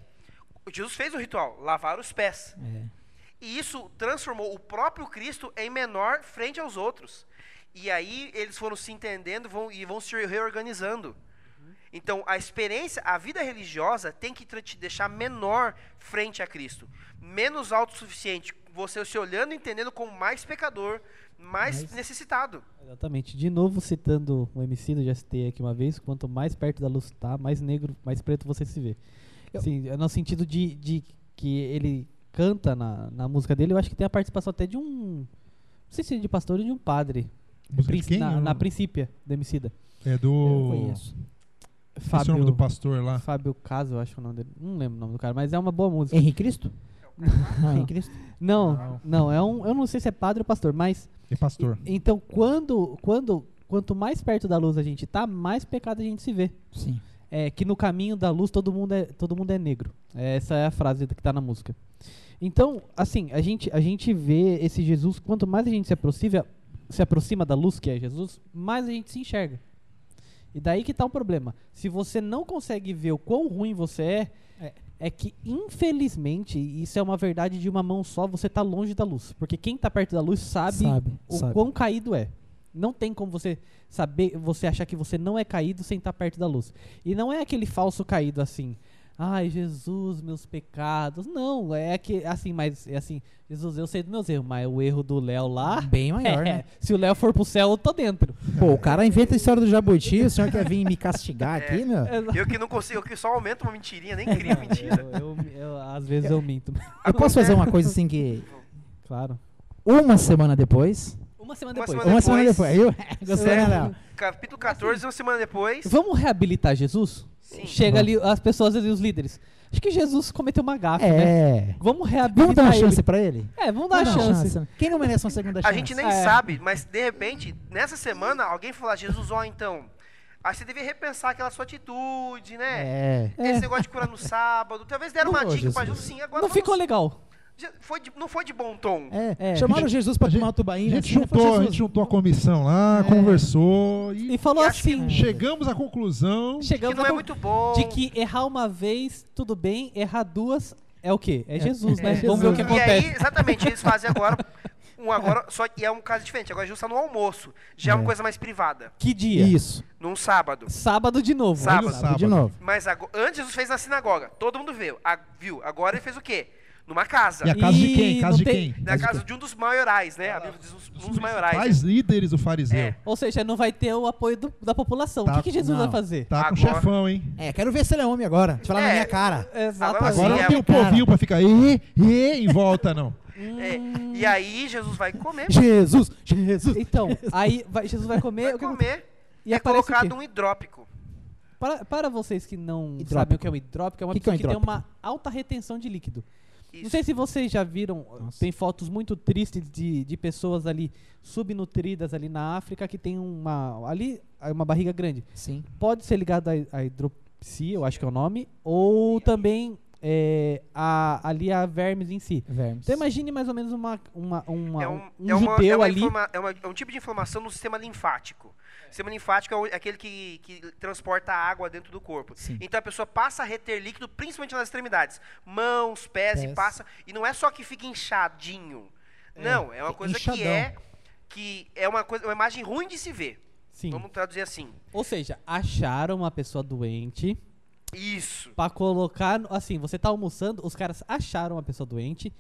Speaker 2: Jesus fez o ritual, lavar os pés. E isso transformou o próprio Cristo em menor frente aos outros. E aí eles foram se entendendo vão, e vão se reorganizando. Então, a experiência, a vida religiosa tem que tra- te deixar menor frente a Cristo. Menos autossuficiente. Você se olhando e entendendo como mais pecador, mais necessitado.
Speaker 5: Exatamente. De novo, citando o MC, eu já citei aqui uma vez, quanto mais perto da luz tá, mais negro, mais preto você se vê.
Speaker 4: Eu-
Speaker 5: Sim, é no sentido de, de que ele canta na, na música dele, eu acho que tem a participação até de um. Não sei se é de pastor ou de um padre.
Speaker 1: Música de
Speaker 5: Princ-
Speaker 1: quem?
Speaker 5: Na,
Speaker 1: Eu-
Speaker 5: na princípia, do Emicida.
Speaker 1: É
Speaker 4: Eu
Speaker 1: do.
Speaker 4: conheço.
Speaker 1: Esse é o nome do pastor lá.
Speaker 5: Fábio Caso, eu acho é o nome dele. Não lembro o nome do cara, mas é uma boa música.
Speaker 4: Henrique Cristo? Não, Henrique Cristo.
Speaker 5: Não, não, é um. Eu não sei se é padre ou pastor, mas.
Speaker 1: É pastor.
Speaker 5: Então, quando, quando, quanto mais perto da luz a gente tá, mais pecado a gente se vê.
Speaker 4: Sim.
Speaker 5: É que no caminho da luz todo mundo é, todo mundo é negro. É, essa é a frase que tá na música. Então, assim, a gente, a gente vê esse Jesus, quanto mais a gente se aproxima, se aproxima da luz que é Jesus, mais a gente se enxerga. E daí que tá o problema. Se você não consegue ver o quão ruim você é, é, que infelizmente, isso é uma verdade de uma mão só, você tá longe da luz. Porque quem tá perto da luz sabe,
Speaker 4: Sabe,
Speaker 5: o
Speaker 4: sabe.
Speaker 5: quão caído é. Não tem como você saber, você achar que você não é caído sem estar perto da luz. E não é aquele falso caído assim. Ai, Jesus, meus pecados. Não, é que assim, mas é assim, Jesus, eu sei dos meus erros, mas o erro do Léo lá. é,
Speaker 4: Bem maior, né?
Speaker 5: Se o Léo for pro céu, eu tô dentro.
Speaker 4: Pô, o cara inventa a história do Jabuti, o senhor quer vir me castigar aqui, meu?
Speaker 5: É.
Speaker 2: Eu que não consigo, eu que só aumento uma mentirinha, nem crio mentira.
Speaker 5: Eu, eu- eu- às vezes eu minto.
Speaker 4: Eu posso fazer uma coisa assim que
Speaker 5: Claro.
Speaker 4: uma semana depois...
Speaker 5: Uma semana
Speaker 2: Uma
Speaker 5: depois.
Speaker 2: semana
Speaker 4: Uma semana depois,
Speaker 2: Depois.
Speaker 4: viu? Gostou, né, Léo?
Speaker 2: Capítulo 14, uma semana depois.
Speaker 5: Vamos reabilitar Jesus?
Speaker 2: Sim.
Speaker 5: Chega ali as pessoas ali, os líderes. Acho que Jesus cometeu uma gafe, né?
Speaker 4: É.
Speaker 5: Vamos
Speaker 4: Vamos dar
Speaker 5: reabilitar
Speaker 4: uma
Speaker 5: ele.
Speaker 4: chance pra ele?
Speaker 5: É, vamos dar a
Speaker 4: Vamos dar uma
Speaker 5: chance.
Speaker 4: chance. Quem não merece uma segunda chance?
Speaker 2: A gente nem
Speaker 5: É.
Speaker 2: sabe, mas de repente, nessa semana, alguém falou, "Ah, Jesus, ó, então, aí você devia repensar aquela sua atitude, né?
Speaker 4: É.
Speaker 2: Esse negócio de curar no sábado. Talvez deram
Speaker 4: Não
Speaker 2: uma
Speaker 4: vou,
Speaker 2: dica pra
Speaker 4: Jesus.
Speaker 2: Jesus, sim, agora
Speaker 5: Não
Speaker 2: vamos-
Speaker 5: ficou legal.
Speaker 2: Já foi de- não foi de bom tom.
Speaker 4: É.
Speaker 5: É.
Speaker 4: Chamaram Jesus pra
Speaker 1: A gente-
Speaker 4: tomar o
Speaker 1: A
Speaker 4: tubaína.
Speaker 1: gente,
Speaker 4: assim, né?
Speaker 1: juntou,
Speaker 4: Falou,
Speaker 1: a
Speaker 4: Jesus,
Speaker 1: gente juntou a comissão lá, conversou e
Speaker 5: E falou
Speaker 2: E acho que-
Speaker 5: assim.
Speaker 1: chegamos à conclusão
Speaker 2: Que
Speaker 5: Chegamos
Speaker 2: não
Speaker 5: à
Speaker 2: é
Speaker 5: con-
Speaker 2: muito bom.
Speaker 5: de que errar uma vez, tudo bem, errar duas é o quê? É Jesus, né?
Speaker 4: É
Speaker 5: Vamos ver o que
Speaker 4: Jesus.
Speaker 2: E aí,
Speaker 5: acontece.
Speaker 2: exatamente, eles fazem agora. Um agora, só que é um caso diferente. Agora Jesus está no almoço. Já é uma coisa mais privada.
Speaker 5: Que dia?
Speaker 4: Isso.
Speaker 2: Num sábado.
Speaker 5: Sábado de novo.
Speaker 2: Sábado.
Speaker 1: Olha o
Speaker 4: Sábado de novo.
Speaker 2: Mas ago- antes Jesus fez na sinagoga. Todo mundo viu. A- viu. Agora ele fez o quê? Numa casa.
Speaker 1: E a casa de
Speaker 5: Ih,
Speaker 1: quem? Casa
Speaker 5: não
Speaker 1: de
Speaker 5: tem-
Speaker 1: quem?
Speaker 2: Na casa de um dos maiorais, né? A Bíblia diz uns- um dos maiorais.
Speaker 1: Mais líderes do fariseu.
Speaker 2: É.
Speaker 5: Ou seja, não vai ter o apoio do- da população.
Speaker 1: Tá,
Speaker 5: o que, que Jesus
Speaker 4: não.
Speaker 5: vai fazer?
Speaker 1: Tá com
Speaker 2: Agora-
Speaker 1: chefão, hein?
Speaker 4: É, quero ver se ele é homem agora. Te falar
Speaker 2: É.
Speaker 4: na minha cara.
Speaker 2: Agora
Speaker 5: Exatamente.
Speaker 1: Agora
Speaker 2: é,
Speaker 1: não tem um
Speaker 4: cara.
Speaker 1: povinho pra ficar e, e, em volta, não.
Speaker 2: É, E aí Jesus vai comer.
Speaker 4: Jesus, Jesus.
Speaker 5: Então, aí vai- Jesus vai comer,
Speaker 2: Vai
Speaker 5: o que
Speaker 2: comer.
Speaker 5: E
Speaker 2: é
Speaker 5: aparece o
Speaker 2: colocado
Speaker 5: quê?
Speaker 2: um hidrópico.
Speaker 5: Para, para vocês que não
Speaker 4: Hidrópico.
Speaker 5: sabem o que é o hidrópico, é uma
Speaker 4: Que que é
Speaker 5: pessoa
Speaker 4: um
Speaker 5: que tem uma
Speaker 4: hidrópico?
Speaker 5: alta retenção de líquido.
Speaker 2: Isso.
Speaker 5: Não sei se vocês já viram,
Speaker 4: Nossa.
Speaker 5: tem fotos muito tristes de, de pessoas ali subnutridas ali na África que tem uma ali é uma barriga grande.
Speaker 4: Sim.
Speaker 5: Pode ser ligado à, à hidropsia, eu acho que é o nome, ou também é, a- ali a vermes em si.
Speaker 4: Vermes.
Speaker 5: Então imagine mais ou menos uma, uma, uma-
Speaker 2: É
Speaker 5: um,
Speaker 2: um, é uma-
Speaker 5: judeu
Speaker 2: é uma
Speaker 5: ali.
Speaker 2: inflama- é uma- é um tipo de inflamação no sistema linfático. O sistema linfático é o- aquele que, que transporta a água dentro do corpo.
Speaker 4: Sim.
Speaker 2: Então a pessoa passa a reter líquido, principalmente nas extremidades. Mãos, pés,
Speaker 4: Pés.
Speaker 2: e passa. E não é só que fica inchadinho. Não, é uma
Speaker 4: fica
Speaker 2: coisa que
Speaker 4: inchadão.
Speaker 2: é. Que é uma, coisa, uma imagem ruim de se ver.
Speaker 5: Sim.
Speaker 2: Vamos traduzir assim.
Speaker 5: Ou seja, acharam uma pessoa doente
Speaker 2: Isso.
Speaker 5: pra colocar. no- Assim, você tá almoçando, os caras acharam uma pessoa doente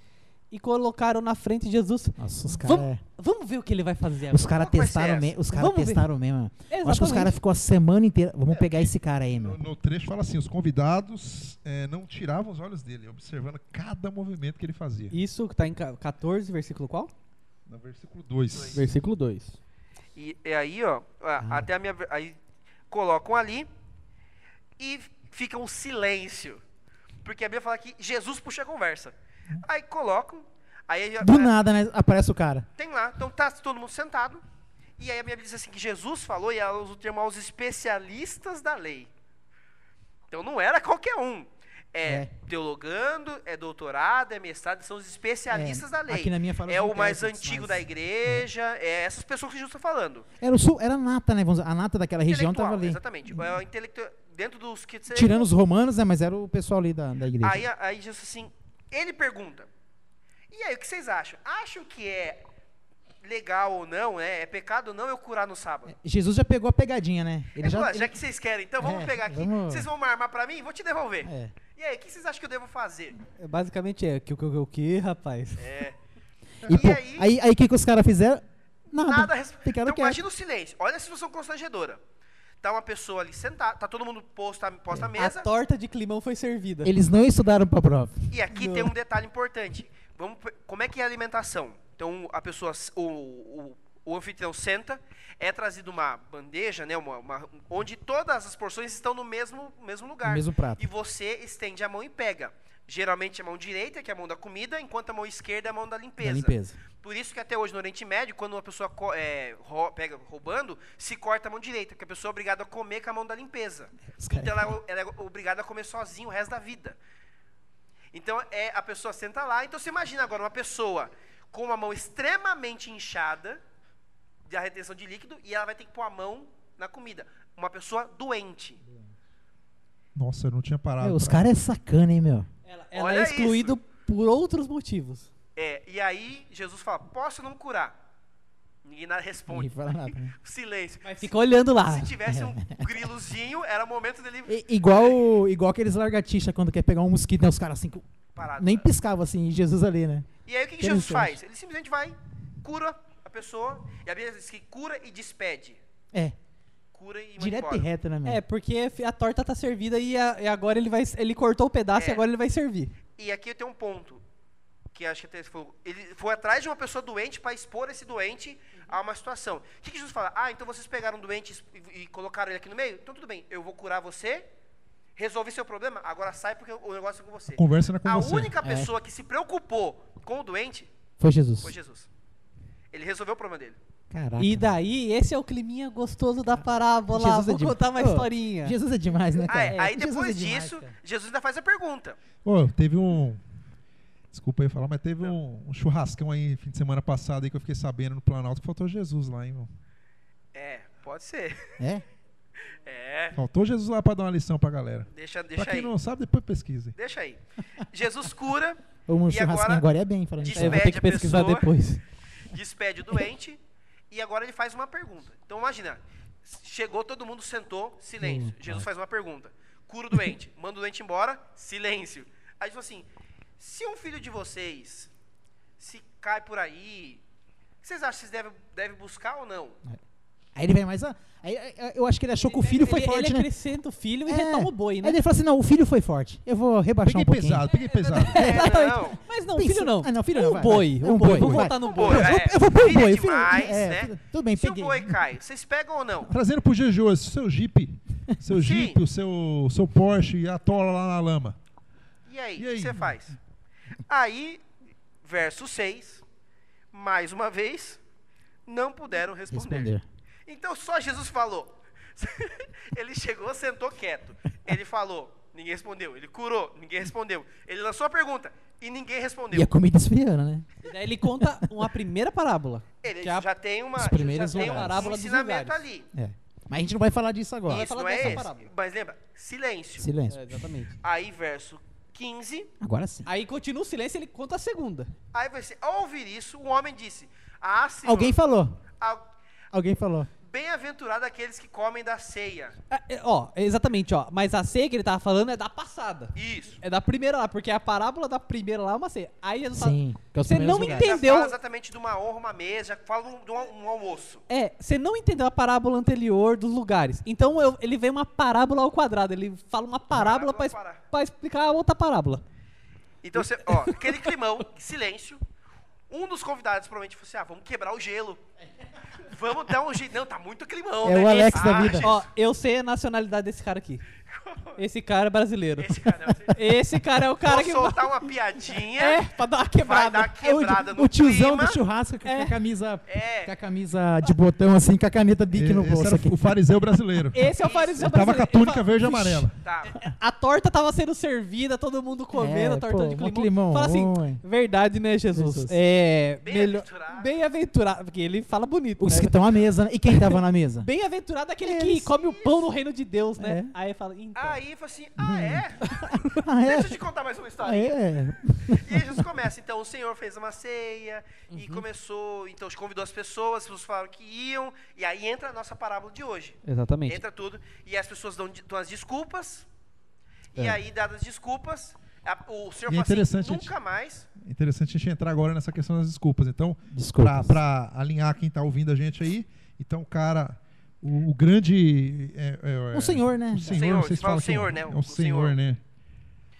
Speaker 5: e colocaram na frente de Jesus.
Speaker 4: Nossa, os
Speaker 5: Vamos-
Speaker 4: caras.
Speaker 5: Vamos ver o que ele vai fazer agora.
Speaker 4: Os caras
Speaker 2: Qual vai ser
Speaker 4: testaram,
Speaker 2: essa?
Speaker 4: me, os cara
Speaker 5: é- Vamos ver.
Speaker 4: testaram mesmo. Eu acho que os é
Speaker 5: Exatamente.
Speaker 4: caras ficou a semana inteira. Vamos pegar esse cara aí,
Speaker 1: No,
Speaker 4: meu.
Speaker 1: no trecho fala assim: os convidados eh, não tiravam os olhos dele, observando cada movimento que ele fazia.
Speaker 5: Isso que tá em ca- 14, versículo qual?
Speaker 1: No versículo 2.
Speaker 5: Versículo 2.
Speaker 2: E, e aí, ó, a-
Speaker 4: Ah.
Speaker 2: até a minha. ver- Aí colocam ali e fica um silêncio. Porque a Bíblia fala que Jesus puxa a conversa. Aí colocam, aí já-
Speaker 4: Do
Speaker 2: é,
Speaker 4: nada, né? Aparece o cara.
Speaker 2: tem lá, então tá todo mundo sentado. E aí a minha Bíblia diz assim que Jesus falou e ela usa o termo aos especialistas da lei. Então não era qualquer um. É,
Speaker 4: É.
Speaker 2: teologando, é doutorado, é mestrado, são os especialistas
Speaker 4: É,
Speaker 2: da lei.
Speaker 4: aqui na minha fala
Speaker 2: é
Speaker 4: não
Speaker 2: o
Speaker 4: tem
Speaker 2: mais
Speaker 4: essas,
Speaker 2: antigo
Speaker 4: mas-
Speaker 2: da igreja, é essas pessoas que Jesus está falando.
Speaker 4: Era o sul, era a nata, né? Vamos dizer, A nata daquela região
Speaker 2: Intelectual,
Speaker 4: tava ali.
Speaker 2: Exatamente. É o intelectu- Dentro dos que você-
Speaker 4: Tirando os romanos, né? Mas era o pessoal ali da, da igreja.
Speaker 2: Aí, aí Jesus assim, ele pergunta. E aí, o que vocês acham? Acham que é legal ou não, né? É pecado ou não eu curar no sábado?
Speaker 4: Jesus já pegou a pegadinha, né? É, Ele
Speaker 2: Ele falou,
Speaker 4: já.
Speaker 2: "Ah, já, que vocês querem, então vamos
Speaker 4: É,
Speaker 2: pegar aqui.
Speaker 4: vamos-
Speaker 2: Vocês vão me armar pra mim? Vou te devolver.
Speaker 4: É.
Speaker 2: E aí, o que vocês acham que eu devo fazer?
Speaker 5: Basicamente é. Que, o que, o que, rapaz?
Speaker 4: E, pô,
Speaker 2: É. aí-
Speaker 4: aí, aí, o que, que os caras fizeram? Nada.
Speaker 2: Nada resp-
Speaker 4: Ficaram
Speaker 2: Então
Speaker 4: quietos.
Speaker 2: imagina o silêncio. Olha a situação constrangedora. Tá uma pessoa ali sentada, tá todo mundo posto, à- posto à
Speaker 4: É,
Speaker 2: mesa.
Speaker 5: A torta de climão foi servida.
Speaker 4: Eles não estudaram pra prova.
Speaker 2: E aqui
Speaker 5: Não.
Speaker 2: tem um detalhe importante. Vamos, pe- como é que é a alimentação? Então a pessoa, s- o, o, o anfitrião senta, é trazido uma bandeja, né, uma, uma- onde todas as porções estão no mesmo, mesmo lugar.
Speaker 4: No mesmo prato.
Speaker 2: E você estende a mão e pega. Geralmente a mão direita, que é a mão da comida, enquanto a mão esquerda é a mão da limpeza.
Speaker 4: Da limpeza.
Speaker 2: Por isso que até hoje no Oriente Médio, quando uma pessoa co- é, rou- pega roubando, se corta a mão direita, porque a pessoa é obrigada a comer com a mão da limpeza.
Speaker 4: Os caras-
Speaker 2: Então ela, ela é obrigada a comer sozinha o resto da vida. Então é a pessoa senta lá. Então você imagina agora uma pessoa com uma mão extremamente inchada de a retenção de líquido e ela vai ter que pôr a mão na comida. Uma pessoa doente.
Speaker 1: Nossa, eu não tinha parado.
Speaker 4: Meu, os
Speaker 1: pra-
Speaker 4: caras é sacana, hein, meu?
Speaker 5: Ela, ela
Speaker 2: Olha
Speaker 5: é excluída por outros motivos.
Speaker 2: É, e aí Jesus fala: posso não curar? Ninguém nada responde.
Speaker 4: Ninguém fala nada, né?
Speaker 2: Silêncio.
Speaker 5: Mas fica olhando lá.
Speaker 2: Se tivesse um grilozinho, era o momento dele
Speaker 4: I- igual, igual aqueles largatixa quando quer pegar um mosquito, né? Os caras assim, que
Speaker 2: parar.
Speaker 4: nem piscavam assim, e Jesus ali, né?
Speaker 2: E aí o que, que
Speaker 4: Interessante.
Speaker 2: Jesus faz? Ele simplesmente vai, cura a pessoa, e a Bíblia diz que cura e despede.
Speaker 4: É,
Speaker 2: Cura e manda
Speaker 4: direto
Speaker 2: embora.
Speaker 4: e reto, né, meu?
Speaker 5: É, porque a torta tá servida e, a- e agora ele vai. Ele cortou o pedaço
Speaker 2: É.
Speaker 5: e agora ele vai servir.
Speaker 2: E aqui tem um ponto, que acho que até você falou. Ele foi atrás de uma pessoa doente para expor esse doente a uma situação. O que, que Jesus fala? Ah, então vocês pegaram um doente e exp- e, e colocaram ele aqui no meio? Então tudo bem, eu vou curar você, resolvi seu problema, agora sai porque o negócio é com você.
Speaker 1: A conversa não é com
Speaker 2: a
Speaker 1: você.
Speaker 2: única pessoa que se preocupou com o doente
Speaker 4: Foi Jesus.
Speaker 2: foi Jesus. Ele resolveu o problema dele.
Speaker 4: Caraca.
Speaker 5: E daí, esse é o climinha gostoso da parábola.
Speaker 4: Uhum. Jesus é
Speaker 5: Vou
Speaker 4: de-
Speaker 5: contar uma
Speaker 4: Pô,
Speaker 5: historinha.
Speaker 4: Jesus é demais, né,
Speaker 2: Ah,
Speaker 4: cara?
Speaker 2: é, aí
Speaker 4: Jesus
Speaker 2: depois
Speaker 4: é demais,
Speaker 2: disso,
Speaker 4: cara.
Speaker 2: Jesus ainda faz a pergunta.
Speaker 1: Ô, teve um. Desculpa aí falar, mas teve um, um churrascão aí fim de semana passado aí que eu fiquei sabendo no Planalto que faltou Jesus lá, hein, irmão.
Speaker 2: É, pode ser.
Speaker 4: É?
Speaker 2: É,
Speaker 1: Faltou Jesus lá pra dar uma lição pra galera.
Speaker 2: deixa,
Speaker 1: pra
Speaker 2: deixa
Speaker 1: quem
Speaker 2: aí.
Speaker 1: não sabe, depois pesquise.
Speaker 2: Deixa aí. Jesus cura,
Speaker 4: Ou um
Speaker 2: E
Speaker 4: churrasquinho
Speaker 2: agora-
Speaker 4: agora, é bem, falando em
Speaker 5: É, eu
Speaker 2: Despede
Speaker 5: vou
Speaker 4: churrasco.
Speaker 5: ter que
Speaker 2: a
Speaker 5: pesquisar
Speaker 2: pessoa.
Speaker 5: depois.
Speaker 2: despede o doente e agora ele faz uma pergunta. Então imagina, chegou todo mundo, sentou, silêncio. Jesus faz uma pergunta. Cura o doente, manda o doente embora, silêncio. Aí ele falou assim: se um filho de vocês se cai por aí, o que vocês acham que vocês devem, devem buscar ou não?
Speaker 4: Aí ele vai mais. ah, Aí, aí, eu acho que ele achou que o filho foi
Speaker 5: ele,
Speaker 4: forte,
Speaker 5: ele
Speaker 4: né?
Speaker 5: acrescenta o filho e retoma o boi, né?
Speaker 4: Aí ele fala assim: não, o filho foi forte. Eu vou rebaixar
Speaker 1: Peguei
Speaker 4: um pouquinho.
Speaker 1: é pesado, peguei pesado.
Speaker 2: É, não.
Speaker 5: Mas não,
Speaker 4: Pensa-
Speaker 5: filho não.
Speaker 4: Ah, não, filho
Speaker 5: o
Speaker 4: não, vai,
Speaker 5: boi,
Speaker 4: vai.
Speaker 5: o
Speaker 4: Um
Speaker 5: boi.
Speaker 4: boi,
Speaker 5: Vamos
Speaker 4: vai.
Speaker 5: voltar no
Speaker 2: O
Speaker 5: boi.
Speaker 2: boi,
Speaker 4: Eu,
Speaker 2: é,
Speaker 4: eu vou pôr o
Speaker 2: filho é
Speaker 4: boi. filho-
Speaker 2: demais,
Speaker 4: é,
Speaker 2: né?
Speaker 4: tudo- Tudo bem,
Speaker 2: Se o
Speaker 4: peguei.
Speaker 2: boi cai, vocês pegam ou não?
Speaker 1: Trazendo pro Jejuas, seu Jeep. seu
Speaker 2: Sim.
Speaker 1: Jeep, o seu, seu Porsche e atola lá na lama.
Speaker 2: E aí,
Speaker 1: E
Speaker 2: o que
Speaker 1: aí?
Speaker 2: você faz? Aí, verso 6, mais uma vez, não puderam responder.
Speaker 4: Responder.
Speaker 2: Então só Jesus falou. ele chegou, sentou quieto. Ele falou, ninguém respondeu. Ele curou, ninguém respondeu. Ele lançou a pergunta e ninguém respondeu.
Speaker 4: E a comida esfriando, né?
Speaker 3: E
Speaker 5: Daí ele conta uma primeira parábola.
Speaker 2: Ele
Speaker 5: que é a-
Speaker 2: já tem uma
Speaker 4: os primeiros
Speaker 2: já tem um
Speaker 4: lugares.
Speaker 5: Parábola dos
Speaker 2: ensinamento
Speaker 5: lugares.
Speaker 2: ali.
Speaker 4: É. Mas a gente não vai falar disso agora.
Speaker 5: vai
Speaker 2: Isso
Speaker 5: falar
Speaker 2: não é
Speaker 5: dessa
Speaker 2: esse.
Speaker 5: parábola.
Speaker 2: Mas lembra, silêncio.
Speaker 4: Silêncio.
Speaker 5: É, exatamente.
Speaker 2: Aí verso 15,
Speaker 4: Agora sim.
Speaker 5: Aí continua o silêncio e ele conta a segunda.
Speaker 2: aí você, ao ouvir isso, o homem disse: "Ah, Senhor,
Speaker 4: Alguém falou.
Speaker 2: al-
Speaker 4: Alguém falou.
Speaker 2: Bem-aventurado aqueles que comem da ceia.
Speaker 5: É, é, ó, é exatamente, ó. Mas a ceia que ele tava falando é da passada.
Speaker 2: Isso.
Speaker 5: É da primeira lá, porque a parábola da primeira lá é uma ceia. Aí Jesus fala,
Speaker 4: Sim. que é os
Speaker 5: Você
Speaker 4: primeiros
Speaker 5: não
Speaker 4: lugares.
Speaker 5: entende- Entendeu?
Speaker 2: Já fala exatamente de uma honra, uma mesa, já fala de um, de um- um almoço.
Speaker 5: É, você não entendeu a parábola anterior dos lugares. Então eu- ele vem uma parábola ao quadrado. Ele fala uma parábola
Speaker 2: Parábola
Speaker 5: pra es-
Speaker 2: para-
Speaker 5: pra explicar a outra parábola.
Speaker 2: Então, você, ó, aquele climão, silêncio. Um dos convidados provavelmente falou assim: ah, vamos quebrar o gelo. Vamos dar um jeito. Não, tá muito climão.
Speaker 4: É
Speaker 2: né?
Speaker 4: o Alex
Speaker 2: Ah,
Speaker 4: da vida.
Speaker 2: gente,
Speaker 5: Ó, eu sei a nacionalidade desse cara aqui. Esse cara é brasileiro.
Speaker 2: Esse cara, um
Speaker 5: Esse cara é o cara
Speaker 2: vou
Speaker 5: que.
Speaker 2: soltar uma piadinha.
Speaker 5: É, pra dar uma quebrada.
Speaker 2: Vai dar quebrada
Speaker 4: É o,
Speaker 2: no
Speaker 4: o tiozão
Speaker 2: clima.
Speaker 4: do churrasco com
Speaker 5: É.
Speaker 4: a camisa.
Speaker 2: É.
Speaker 4: Com a camisa de botão, assim, com a caneta bique no
Speaker 1: Esse
Speaker 4: bolso
Speaker 1: era
Speaker 4: aqui.
Speaker 1: o fariseu brasileiro.
Speaker 5: Esse é o
Speaker 2: Isso.
Speaker 5: fariseu
Speaker 1: Ele tava
Speaker 5: brasileiro.
Speaker 1: com a
Speaker 5: Ele
Speaker 1: túnica
Speaker 5: fala,
Speaker 1: verde e
Speaker 5: "Vixe,
Speaker 1: amarela.
Speaker 2: Tá.
Speaker 5: A torta tava sendo servida, todo mundo comendo
Speaker 4: É,
Speaker 5: a torta
Speaker 4: pô,
Speaker 5: de
Speaker 4: mó
Speaker 5: climão.
Speaker 4: climão
Speaker 5: Fala assim,
Speaker 4: ruim.
Speaker 5: verdade, né, Jesus?
Speaker 4: Jesus.
Speaker 5: É. melhor-
Speaker 2: Bem-aventurado.
Speaker 5: Bem-aventurado. Porque ele fala bonito.
Speaker 4: Os
Speaker 5: né?
Speaker 4: que estão à mesa. né? E quem tava na mesa?
Speaker 5: Bem-aventurado é aquele
Speaker 4: É,
Speaker 5: que
Speaker 4: isso,
Speaker 5: come o pão no reino de Deus, né?
Speaker 4: É.
Speaker 5: Aí fala, então.
Speaker 2: Aí falou assim: ah, é?
Speaker 4: Ah, é?
Speaker 2: Deixa eu te contar mais uma
Speaker 4: Ah,
Speaker 2: história.
Speaker 4: é?
Speaker 2: E aí Jesus começa, então o Senhor fez uma ceia e
Speaker 5: Uhum.
Speaker 2: começou, então convidou as pessoas, as pessoas falaram que iam, e aí entra a nossa parábola de hoje.
Speaker 5: Exatamente.
Speaker 2: Entra tudo, e as pessoas dão, dão as desculpas,
Speaker 5: É.
Speaker 2: e aí dadas as desculpas, a- o Senhor
Speaker 1: E é
Speaker 2: fala
Speaker 1: interessante,
Speaker 2: assim,
Speaker 1: gente.
Speaker 2: nunca mais,
Speaker 1: Interessante a gente entrar agora nessa questão das desculpas. Então,
Speaker 4: Desculpa.
Speaker 1: pra, pra alinhar quem tá ouvindo a gente aí, então, o cara, o, o grande. É, é, é,
Speaker 4: O senhor, né?
Speaker 1: O senhor,
Speaker 2: Senhor,
Speaker 1: vocês
Speaker 2: se fala
Speaker 1: falam
Speaker 2: o senhor,
Speaker 1: que
Speaker 2: né?
Speaker 1: É
Speaker 2: O
Speaker 1: o senhor,
Speaker 2: senhor.
Speaker 1: né?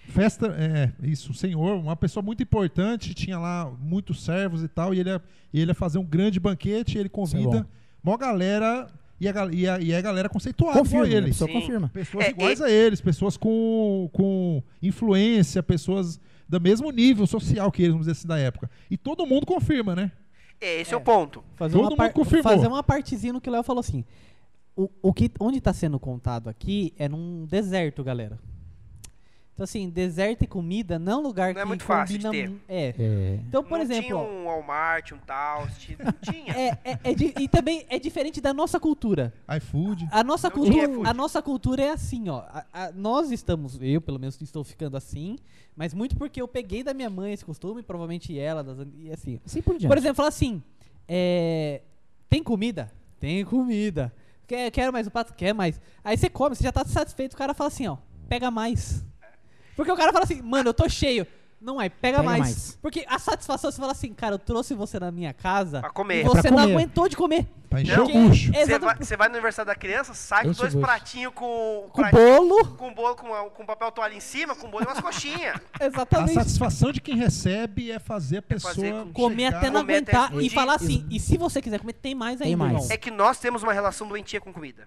Speaker 1: Festa, é, é, isso, o senhor, uma pessoa muito importante, tinha lá muitos servos e tal, e ele ia, e ele ia fazer um grande banquete, ele convida
Speaker 4: bom.
Speaker 1: mó galera, e a, gal- e a, e a galera conceituada
Speaker 4: Confirma.
Speaker 1: igual a ele.
Speaker 4: Só
Speaker 2: Sim.
Speaker 4: confirma.
Speaker 1: Pessoas
Speaker 2: É,
Speaker 1: iguais
Speaker 2: e-
Speaker 1: a eles, pessoas com, com influência, pessoas do mesmo nível social que eles, vamos dizer assim, da época. E todo mundo confirma, né?
Speaker 2: é, esse é, o ponto.
Speaker 5: Fazer
Speaker 1: Todo
Speaker 5: uma
Speaker 1: mundo
Speaker 5: par-
Speaker 1: confirmou.
Speaker 5: Fazer uma partezinha no que o Léo falou assim. O, o que, onde está sendo contado aqui é num deserto, galera. Então, assim, deserto e comida não é um lugar
Speaker 2: Não
Speaker 5: que
Speaker 2: é muito fácil de
Speaker 5: combina
Speaker 2: ter.
Speaker 5: mu- É.
Speaker 4: É.
Speaker 5: Então, por
Speaker 2: não tinha
Speaker 5: exemplo. ó,
Speaker 2: um Walmart, um tal, não tinha.
Speaker 5: É, é, é di- e também é diferente da nossa cultura.
Speaker 1: iFood.
Speaker 5: A nossa,
Speaker 2: Não tinha
Speaker 5: cultura,
Speaker 2: iFood.
Speaker 5: a nossa cultura é assim, ó. A- a- nós estamos, eu pelo menos estou ficando assim, mas muito porque eu peguei da minha mãe esse costume, provavelmente ela, das, e assim.
Speaker 4: Assim por diante.
Speaker 5: Por exemplo, fala assim: é, tem comida? Tem comida. Quer, quero mais um prato? Quer mais. Aí você come, você já tá satisfeito, o cara fala assim: ó, pega mais. Porque o cara fala assim: mano, eu tô cheio. Não é, pega,
Speaker 4: Pega
Speaker 5: mais.
Speaker 4: mais.
Speaker 5: Porque a satisfação, você fala assim: cara, eu trouxe você na minha casa.
Speaker 2: Pra comer.
Speaker 5: E
Speaker 2: É
Speaker 4: pra
Speaker 5: você não
Speaker 4: comer.
Speaker 5: aguentou de comer.
Speaker 1: Pra encher
Speaker 2: Não.
Speaker 1: o bucho.
Speaker 2: Você
Speaker 5: É
Speaker 2: vai,
Speaker 5: exatamente.
Speaker 2: você vai no aniversário da criança, sai com
Speaker 4: Enche o
Speaker 2: dois
Speaker 4: bucho.
Speaker 2: pratinhos com,
Speaker 5: Com
Speaker 2: prati-
Speaker 5: bolo.
Speaker 2: com bolo, com, a- com papel toalha em cima, com bolo e umas coxinhas.
Speaker 1: A
Speaker 5: Exatamente.
Speaker 1: satisfação de quem recebe é fazer a pessoa
Speaker 2: fazer com-
Speaker 5: Comer
Speaker 1: chegar-
Speaker 5: até não
Speaker 2: Comer até
Speaker 5: aguentar e
Speaker 2: explodir.
Speaker 5: falar assim. E se você quiser comer, tem mais
Speaker 4: Tem
Speaker 5: ainda,
Speaker 4: mais.
Speaker 5: irmão.
Speaker 2: É que nós temos uma relação doentia com comida.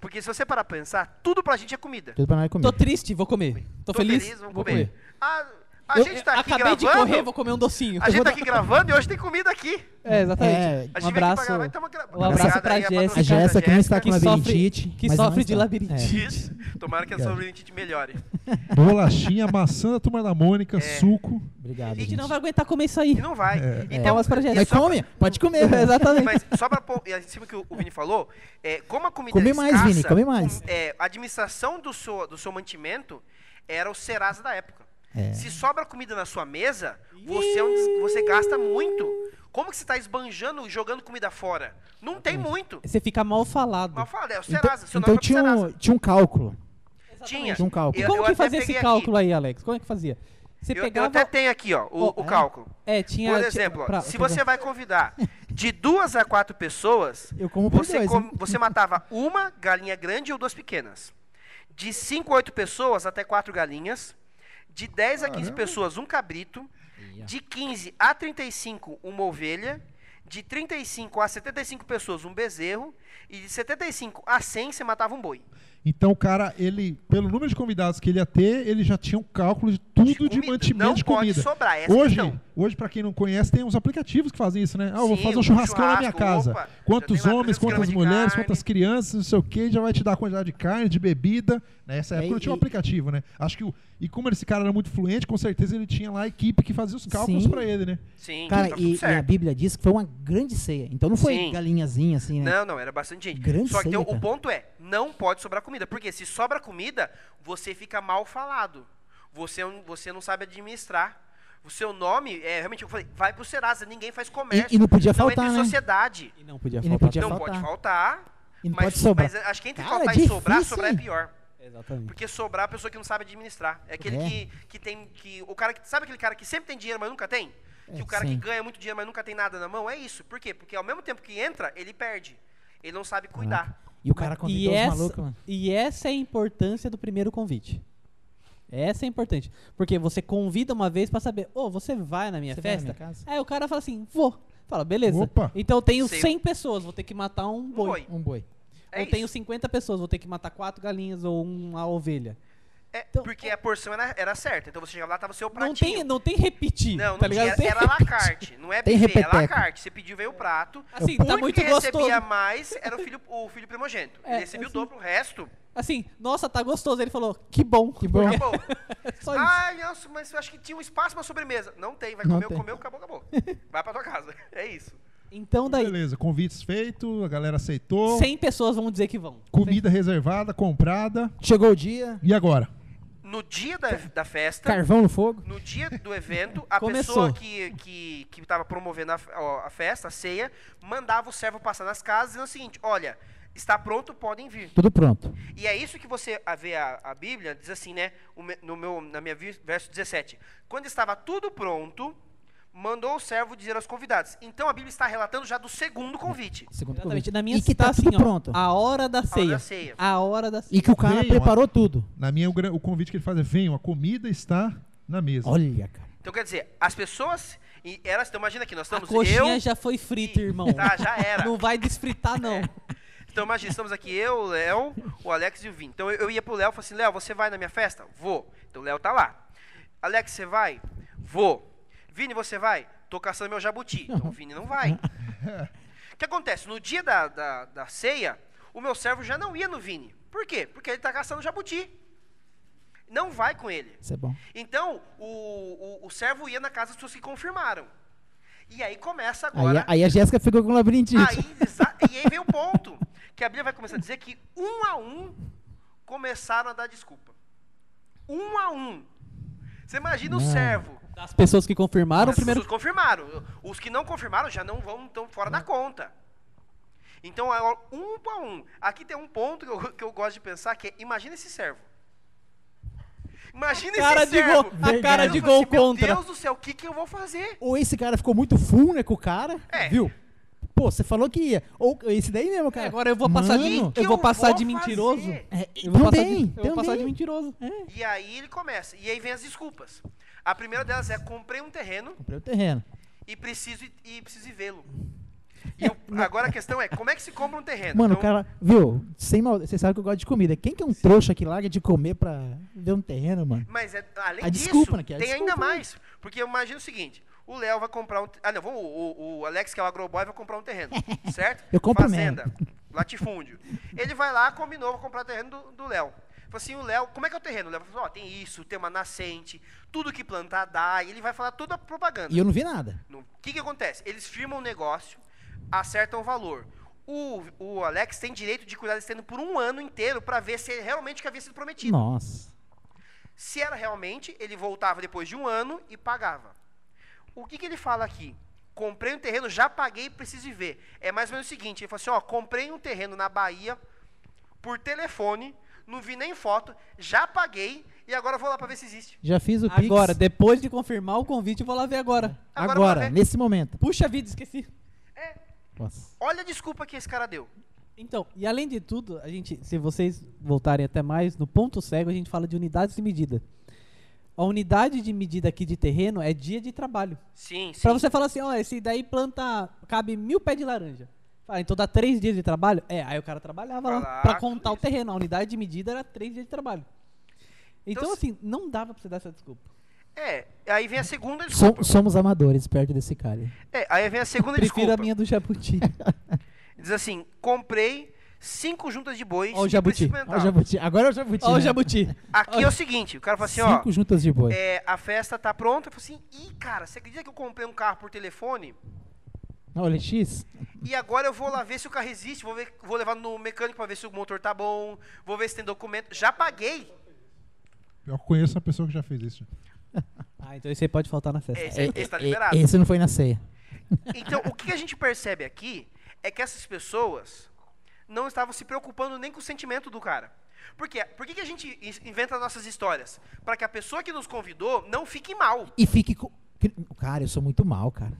Speaker 2: Porque se você parar pra pensar, tudo pra gente é comida.
Speaker 4: Tudo pra nós comer.
Speaker 5: Tô triste, vou comer. Tô,
Speaker 2: Tô
Speaker 5: feliz,
Speaker 2: vamos comer. A, a
Speaker 5: Eu-
Speaker 2: gente tá
Speaker 5: eu
Speaker 2: aqui
Speaker 5: acabei de
Speaker 2: gravando.
Speaker 5: correr, vou comer um docinho.
Speaker 2: A
Speaker 5: Eu
Speaker 2: gente
Speaker 5: vou
Speaker 2: tá
Speaker 5: dar-
Speaker 2: aqui gravando e hoje tem comida aqui.
Speaker 5: É, exatamente.
Speaker 4: É,
Speaker 2: A
Speaker 5: um
Speaker 2: gente veio aqui pra
Speaker 5: abraço.
Speaker 2: gravar e tamo gra-
Speaker 5: um abraço pra
Speaker 2: aí,
Speaker 5: Jéssica.
Speaker 4: A Jéssica que não está com
Speaker 5: Que sofre-
Speaker 4: labirintite.
Speaker 5: que
Speaker 4: mas não
Speaker 5: sofre de
Speaker 4: está.
Speaker 5: labirintite.
Speaker 2: Jéssica. Tomara que a sua labirintite melhore.
Speaker 1: Bolachinha, maçã da turma da Mônica, suco.
Speaker 4: É. Obrigado,
Speaker 5: A gente
Speaker 4: gente.
Speaker 5: não vai aguentar comer isso aí.
Speaker 2: E um não vai.
Speaker 1: É,
Speaker 2: Então,
Speaker 5: Palmas pra
Speaker 2: e
Speaker 5: Jéssica.
Speaker 4: Mas
Speaker 2: só pra-
Speaker 4: come, pode comer. né?
Speaker 5: Exatamente.
Speaker 2: Mas só pra pôr em cima que o o Vini falou, é, como a comida
Speaker 4: Come
Speaker 2: é
Speaker 4: mais,
Speaker 2: escassa,
Speaker 4: Vini, come mais.
Speaker 2: com- é, a administração do seu, do seu mantimento era o Serasa da época.
Speaker 4: É.
Speaker 2: Se sobra comida na sua mesa, você, é um des- você gasta muito. Como que você está esbanjando e jogando comida fora? Não tem muito.
Speaker 5: Você fica mal falado.
Speaker 2: Mas fala, é o
Speaker 4: Então,
Speaker 2: Serasa, seu
Speaker 4: então
Speaker 2: nome é
Speaker 4: tinha, um,
Speaker 2: Serasa.
Speaker 4: tinha um cálculo.
Speaker 2: Tinha.
Speaker 4: Tinha um cálculo.
Speaker 2: Eu-
Speaker 5: Como
Speaker 2: eu
Speaker 5: que
Speaker 2: até
Speaker 5: fazia esse
Speaker 2: peguei
Speaker 5: cálculo aí, Alex? Como é que fazia? Você
Speaker 2: Aqui. Eu, eu
Speaker 5: pegava.
Speaker 2: até tenho aqui, ó, o,
Speaker 5: Ó,
Speaker 2: o cálculo.
Speaker 5: É, tinha.
Speaker 2: Por
Speaker 5: tinha-
Speaker 2: exemplo, ó,
Speaker 5: pra-
Speaker 2: se você vai convidar de duas a quatro pessoas,
Speaker 4: Eu como por
Speaker 2: você,
Speaker 4: dois,
Speaker 2: com-
Speaker 4: hein?
Speaker 2: você matava uma galinha grande ou duas pequenas. De cinco a oito pessoas, até quatro galinhas. De 10 a 15 pessoas, um cabrito. De 15 a 35, uma ovelha. De 35 a 75 pessoas, um bezerro. E de 75 a 100, você matava um boi.
Speaker 1: Então o cara, ele, pelo número de convidados que ele ia ter, ele já tinha um cálculo de tudo de,
Speaker 2: comida.
Speaker 1: mantimento
Speaker 2: Não
Speaker 1: de
Speaker 2: pode
Speaker 1: comida.
Speaker 2: sobrar, essa é a
Speaker 1: hoje,
Speaker 2: questão.
Speaker 1: hoje para quem não conhece, tem uns aplicativos que fazem isso, né? Ah, eu vou
Speaker 2: Sim,
Speaker 1: fazer
Speaker 2: um
Speaker 1: um churrascão na minha
Speaker 2: churrasco,
Speaker 1: casa.
Speaker 2: opa, já
Speaker 1: quantos
Speaker 2: tem lá
Speaker 1: homens,
Speaker 2: 300
Speaker 1: quantas
Speaker 2: gramas de
Speaker 1: mulheres,
Speaker 2: carne.
Speaker 1: quantas crianças, não sei o que, já vai te dar a quantidade de carne, de bebida. Nessa
Speaker 4: É,
Speaker 1: época não tinha um
Speaker 4: e-
Speaker 1: aplicativo, né? Acho que o, e como esse cara era muito fluente, com certeza ele tinha lá a equipe que fazia os cálculos
Speaker 4: Sim.
Speaker 1: para ele, né?
Speaker 2: Sim,
Speaker 4: Cara,
Speaker 2: tá tudo
Speaker 4: e, e a
Speaker 2: certo.
Speaker 4: Bíblia diz que foi uma grande ceia. Então não foi
Speaker 2: Sim.
Speaker 4: galinhazinha assim, né?
Speaker 2: Não, não, era bastante gente.
Speaker 4: Grande
Speaker 2: Só que tem-
Speaker 4: ceia,
Speaker 2: o
Speaker 4: cara.
Speaker 2: ponto é, não pode sobrar comida. Porque se sobra comida, você fica mal falado. Você, é um- você não sabe administrar. O seu nome, é, realmente, eu falei, vai pro Serasa, ninguém faz comércio.
Speaker 4: e não podia
Speaker 2: Não
Speaker 4: faltar,
Speaker 2: entra em
Speaker 4: né?
Speaker 2: sociedade.
Speaker 5: E não podia
Speaker 4: Ele
Speaker 5: faltar.
Speaker 4: podia
Speaker 2: não
Speaker 4: faltar.
Speaker 2: pode faltar.
Speaker 4: E não
Speaker 2: mas,
Speaker 4: pode sobrar.
Speaker 5: é-
Speaker 2: mas acho que entre
Speaker 4: Cara,
Speaker 2: faltar e
Speaker 4: difícil,
Speaker 2: sobrar,
Speaker 4: hein?
Speaker 2: sobrar é pior.
Speaker 5: Exatamente.
Speaker 2: Porque sobrar é a pessoa que não sabe administrar. É aquele
Speaker 4: É.
Speaker 2: Que, que tem. Que, o cara que, sabe aquele cara que sempre tem dinheiro, mas nunca tem? Que
Speaker 4: É,
Speaker 2: o cara que
Speaker 4: sim.
Speaker 2: ganha muito dinheiro, mas nunca tem nada na mão? É isso. Por quê? Porque ao mesmo tempo que entra, ele perde. Ele não sabe cuidar.
Speaker 4: E o cara
Speaker 5: e,
Speaker 4: convidou os malucos, né?
Speaker 5: essa,
Speaker 4: mano.
Speaker 5: e essa é a importância do primeiro convite. Essa é importante. Porque você convida uma vez pra saber, ô, você vai na minha
Speaker 4: Você vai na
Speaker 5: festa?
Speaker 4: minha casa?
Speaker 5: Aí o cara fala assim, vou. Fala, beleza.
Speaker 1: Opa.
Speaker 5: Então eu tenho
Speaker 2: Sim.
Speaker 5: 100 pessoas, vou ter que matar um boi.
Speaker 2: Oi.
Speaker 4: Um boi.
Speaker 2: É
Speaker 5: eu
Speaker 2: isso.
Speaker 5: tenho 50 pessoas, vou ter que matar quatro galinhas ou uma ovelha.
Speaker 2: É,
Speaker 5: Então,
Speaker 2: porque a porção era, era certa. Então você chegava lá, tava o seu
Speaker 5: Não
Speaker 2: pratinho.
Speaker 5: tem, não tem repetir,
Speaker 2: Não, não
Speaker 5: tá ligado?
Speaker 2: tinha,
Speaker 5: Tem
Speaker 2: era à la carte, não é
Speaker 4: Tem
Speaker 2: buffet, é à la
Speaker 4: repeteco.
Speaker 2: carte. Você pediu, veio o prato.
Speaker 5: Assim,
Speaker 2: O
Speaker 5: tá
Speaker 2: único
Speaker 5: muito
Speaker 2: que recebia
Speaker 5: gostoso.
Speaker 2: mais era o filho, o filho primogênito.
Speaker 5: É,
Speaker 2: ele recebia
Speaker 5: assim.
Speaker 2: o dobro, o resto,
Speaker 5: Assim, nossa, tá gostoso. Ele falou, que bom. Que
Speaker 4: bom.
Speaker 2: acabou.
Speaker 5: Só isso.
Speaker 2: Ai, nossa, mas eu acho que tinha um espaço pra sobremesa. Não tem, vai
Speaker 4: Não
Speaker 2: comer,
Speaker 4: tem.
Speaker 2: comeu, acabou, acabou. Vai pra tua casa. É isso.
Speaker 5: Então daí,
Speaker 1: Beleza, convites feitos, a galera aceitou,
Speaker 5: 100 pessoas vão dizer que vão.
Speaker 1: comida reservada, comprada.
Speaker 4: Chegou o dia,
Speaker 1: E agora?
Speaker 2: No dia da, da festa,
Speaker 4: carvão no fogo.
Speaker 2: no dia do evento, a
Speaker 5: Começou.
Speaker 2: pessoa que, que, que tava promovendo a, f- ó, a festa, a ceia, mandava o servo passar nas casas e dizendo o seguinte, olha, está pronto, podem vir.
Speaker 4: Tudo pronto.
Speaker 2: E é isso que você a- vê a, a Bíblia, diz assim, né? o me- No meu, na minha vi- verso 17. Quando estava tudo pronto, mandou o servo dizer aos convidados. Então a Bíblia está relatando já do segundo convite.
Speaker 4: Segundo
Speaker 5: Exatamente.
Speaker 4: convite.
Speaker 5: Na minha
Speaker 4: e que
Speaker 5: tá,
Speaker 4: tá
Speaker 5: assim,
Speaker 4: tudo
Speaker 5: ó,
Speaker 4: pronto.
Speaker 5: A hora da ceia.
Speaker 2: da ceia.
Speaker 5: A hora da ceia.
Speaker 4: E que o cara
Speaker 1: Venham,
Speaker 4: preparou tudo.
Speaker 1: Na minha, o, gra- o convite que ele faz é: venham, a comida está na mesa.
Speaker 4: Olha, cara.
Speaker 2: Então quer dizer, as pessoas, e elas, então imagina aqui, nós
Speaker 5: A
Speaker 2: estamos
Speaker 5: coxinha
Speaker 2: eu,
Speaker 5: já foi frita,
Speaker 2: Ih,
Speaker 5: irmão.
Speaker 2: tá, já era.
Speaker 5: Não vai desfritar, não.
Speaker 2: Então imagina, estamos aqui eu, o Léo, o Alex e o Vim. Então eu, eu ia pro Léo e falei assim, Léo, você vai na minha festa? Vou. Então o Léo tá lá. Alex, você vai? Vou. Vini, você vai? Tô caçando meu jabuti. Então o Vini não vai. O que acontece? No dia da, da, da ceia, o meu servo já não ia no Vini. Por quê? Porque ele tá caçando jabuti. Não vai com ele.
Speaker 4: Isso é bom.
Speaker 2: Então, o, o, o servo ia na casa das pessoas que confirmaram. E aí começa
Speaker 4: Aí, é-
Speaker 2: agora.
Speaker 4: aí é a Jéssica ficou com labirintite.
Speaker 2: Aí, exa- e aí vem o ponto, que a Bíblia vai começar a dizer que um a um começaram a dar desculpa. Um a um. Você imagina o servo.
Speaker 5: Das pessoas que confirmaram o
Speaker 2: As
Speaker 5: primeiro.
Speaker 2: pessoas confirmaram. Os que não confirmaram já não vão tão fora da conta. Então, é um a um. Aqui tem um ponto que eu, que eu gosto de pensar, que é, imagina esse servo. Imagina
Speaker 5: cara
Speaker 2: esse
Speaker 5: de
Speaker 2: servo.
Speaker 5: gol- a cara de
Speaker 2: Eu falo assim,
Speaker 5: gol contra.
Speaker 2: Meu Deus do céu, o que, que eu vou fazer?
Speaker 4: Ou esse cara ficou muito full, né, com o cara.
Speaker 2: É.
Speaker 4: Viu? Pô, você falou que ia. Ou esse daí mesmo, cara.
Speaker 5: Agora eu vou passar
Speaker 4: Mano,
Speaker 5: de.
Speaker 2: Que
Speaker 5: eu vou
Speaker 2: eu
Speaker 5: passar
Speaker 2: vou
Speaker 5: de mentiroso.
Speaker 2: fazer?
Speaker 4: É, e-
Speaker 5: Eu vou, passar,
Speaker 4: também,
Speaker 5: de, eu vou passar de
Speaker 4: também.
Speaker 5: mentiroso. É.
Speaker 2: E aí ele começa. E aí vem as desculpas. A primeira delas é comprei um terreno
Speaker 4: Comprei o terreno.
Speaker 2: e preciso ir- e preciso ir vê-lo. E eu-
Speaker 5: né?
Speaker 2: agora a questão é, como é que se compra um terreno?
Speaker 4: Mano, o
Speaker 2: Então,
Speaker 4: cara, viu? Sem mal, você sabe que eu gosto de comida. Quem que é um trouxa que larga de comer pra ver um terreno, mano?
Speaker 2: Mas é- além
Speaker 4: A
Speaker 2: disso,
Speaker 4: desculpa, né, que é a
Speaker 2: tem ainda
Speaker 4: desculpa, né?
Speaker 2: mais. Porque eu imagino o seguinte, o Léo vai comprar um... te- Ah, não, vamos- o, o- o Alex, que é o agroboy, vai comprar um terreno, certo?
Speaker 4: Eu compro
Speaker 2: Fazenda, latifúndio. Ele vai lá, combinou, vou comprar o terreno do- do Léo. Falou assim, o Léo, como é que é o terreno? O Léo falou, ó, tem isso, tem uma nascente, tudo que plantar dá, e ele vai falar toda a propaganda.
Speaker 4: E eu não vi nada.
Speaker 2: No- O que, que acontece? Eles firmam um negócio, acertam o valor. O, o Alex tem direito de cuidar desse terreno por um ano inteiro para ver se é realmente o que havia sido prometido.
Speaker 4: Nossa.
Speaker 2: Se era realmente, ele voltava depois de um ano e pagava. O que, que ele fala aqui? Comprei um terreno, já paguei, preciso ir ver. É mais ou menos o seguinte: ele falou assim, ó, comprei um terreno na Bahia por telefone, não vi nem foto, já paguei e agora vou lá para ver se existe.
Speaker 4: Já fiz o pix.
Speaker 5: Agora, depois de confirmar o convite, eu vou lá ver agora.
Speaker 2: Agora
Speaker 4: Agora,
Speaker 2: vai ver.
Speaker 4: nesse momento.
Speaker 5: Puxa vida, esqueci.
Speaker 4: Nossa.
Speaker 2: Olha a desculpa que esse cara deu.
Speaker 5: Então, e além de tudo, a gente, se vocês voltarem até mais, no ponto cego a gente fala de unidades de medida. A unidade de medida aqui de terreno é dia de trabalho.
Speaker 2: Sim, sim.
Speaker 5: Pra você falar assim, ó, esse daí planta cabe mil pés de laranja. Fala, então dá três dias de trabalho? É, aí o cara trabalhava lá
Speaker 2: Caraca,
Speaker 5: pra contar o
Speaker 2: isso.
Speaker 5: terreno. A unidade de medida era três dias de trabalho. Então,
Speaker 2: Então, se-
Speaker 5: assim, não dava pra você dar essa desculpa.
Speaker 2: É, aí vem a segunda
Speaker 4: So-
Speaker 2: desculpa.
Speaker 4: somos amadores perto desse cara.
Speaker 2: É, aí vem a segunda
Speaker 5: Prefiro
Speaker 2: desculpa.
Speaker 5: a minha do Jabuti.
Speaker 2: Diz assim, comprei cinco juntas de bois
Speaker 5: Ó o
Speaker 2: e preciso
Speaker 5: jabuti,
Speaker 4: Ó,
Speaker 2: experimentar.
Speaker 4: o Jabuti. Agora é o Jabuti.
Speaker 5: Ó, o
Speaker 4: né?
Speaker 5: Jabuti.
Speaker 2: Aqui é o seguinte, o cara fala assim, ó,
Speaker 4: Cinco juntas de boi.
Speaker 2: é, a festa tá pronta. Eu falo assim, ih, cara, você acredita que eu comprei um carro por telefone?
Speaker 4: Olha, X.
Speaker 2: E agora eu vou lá ver se o carro existe, vou, ver, vou levar no mecânico pra ver se o motor tá bom, vou ver se tem documento. Já paguei.
Speaker 1: Eu conheço uma pessoa que já fez isso.
Speaker 5: Ah, então esse aí pode faltar na festa.
Speaker 2: É, esse, esse tá
Speaker 4: É,
Speaker 2: liberado.
Speaker 4: Esse não foi na ceia.
Speaker 2: Então, o que a gente percebe aqui é que essas pessoas não estavam se preocupando nem com o sentimento do cara. Por quê? Por que, que a gente in- inventa nossas histórias? Para que a pessoa que nos convidou não fique mal.
Speaker 4: E fique com. Cara, eu sou muito mal, cara.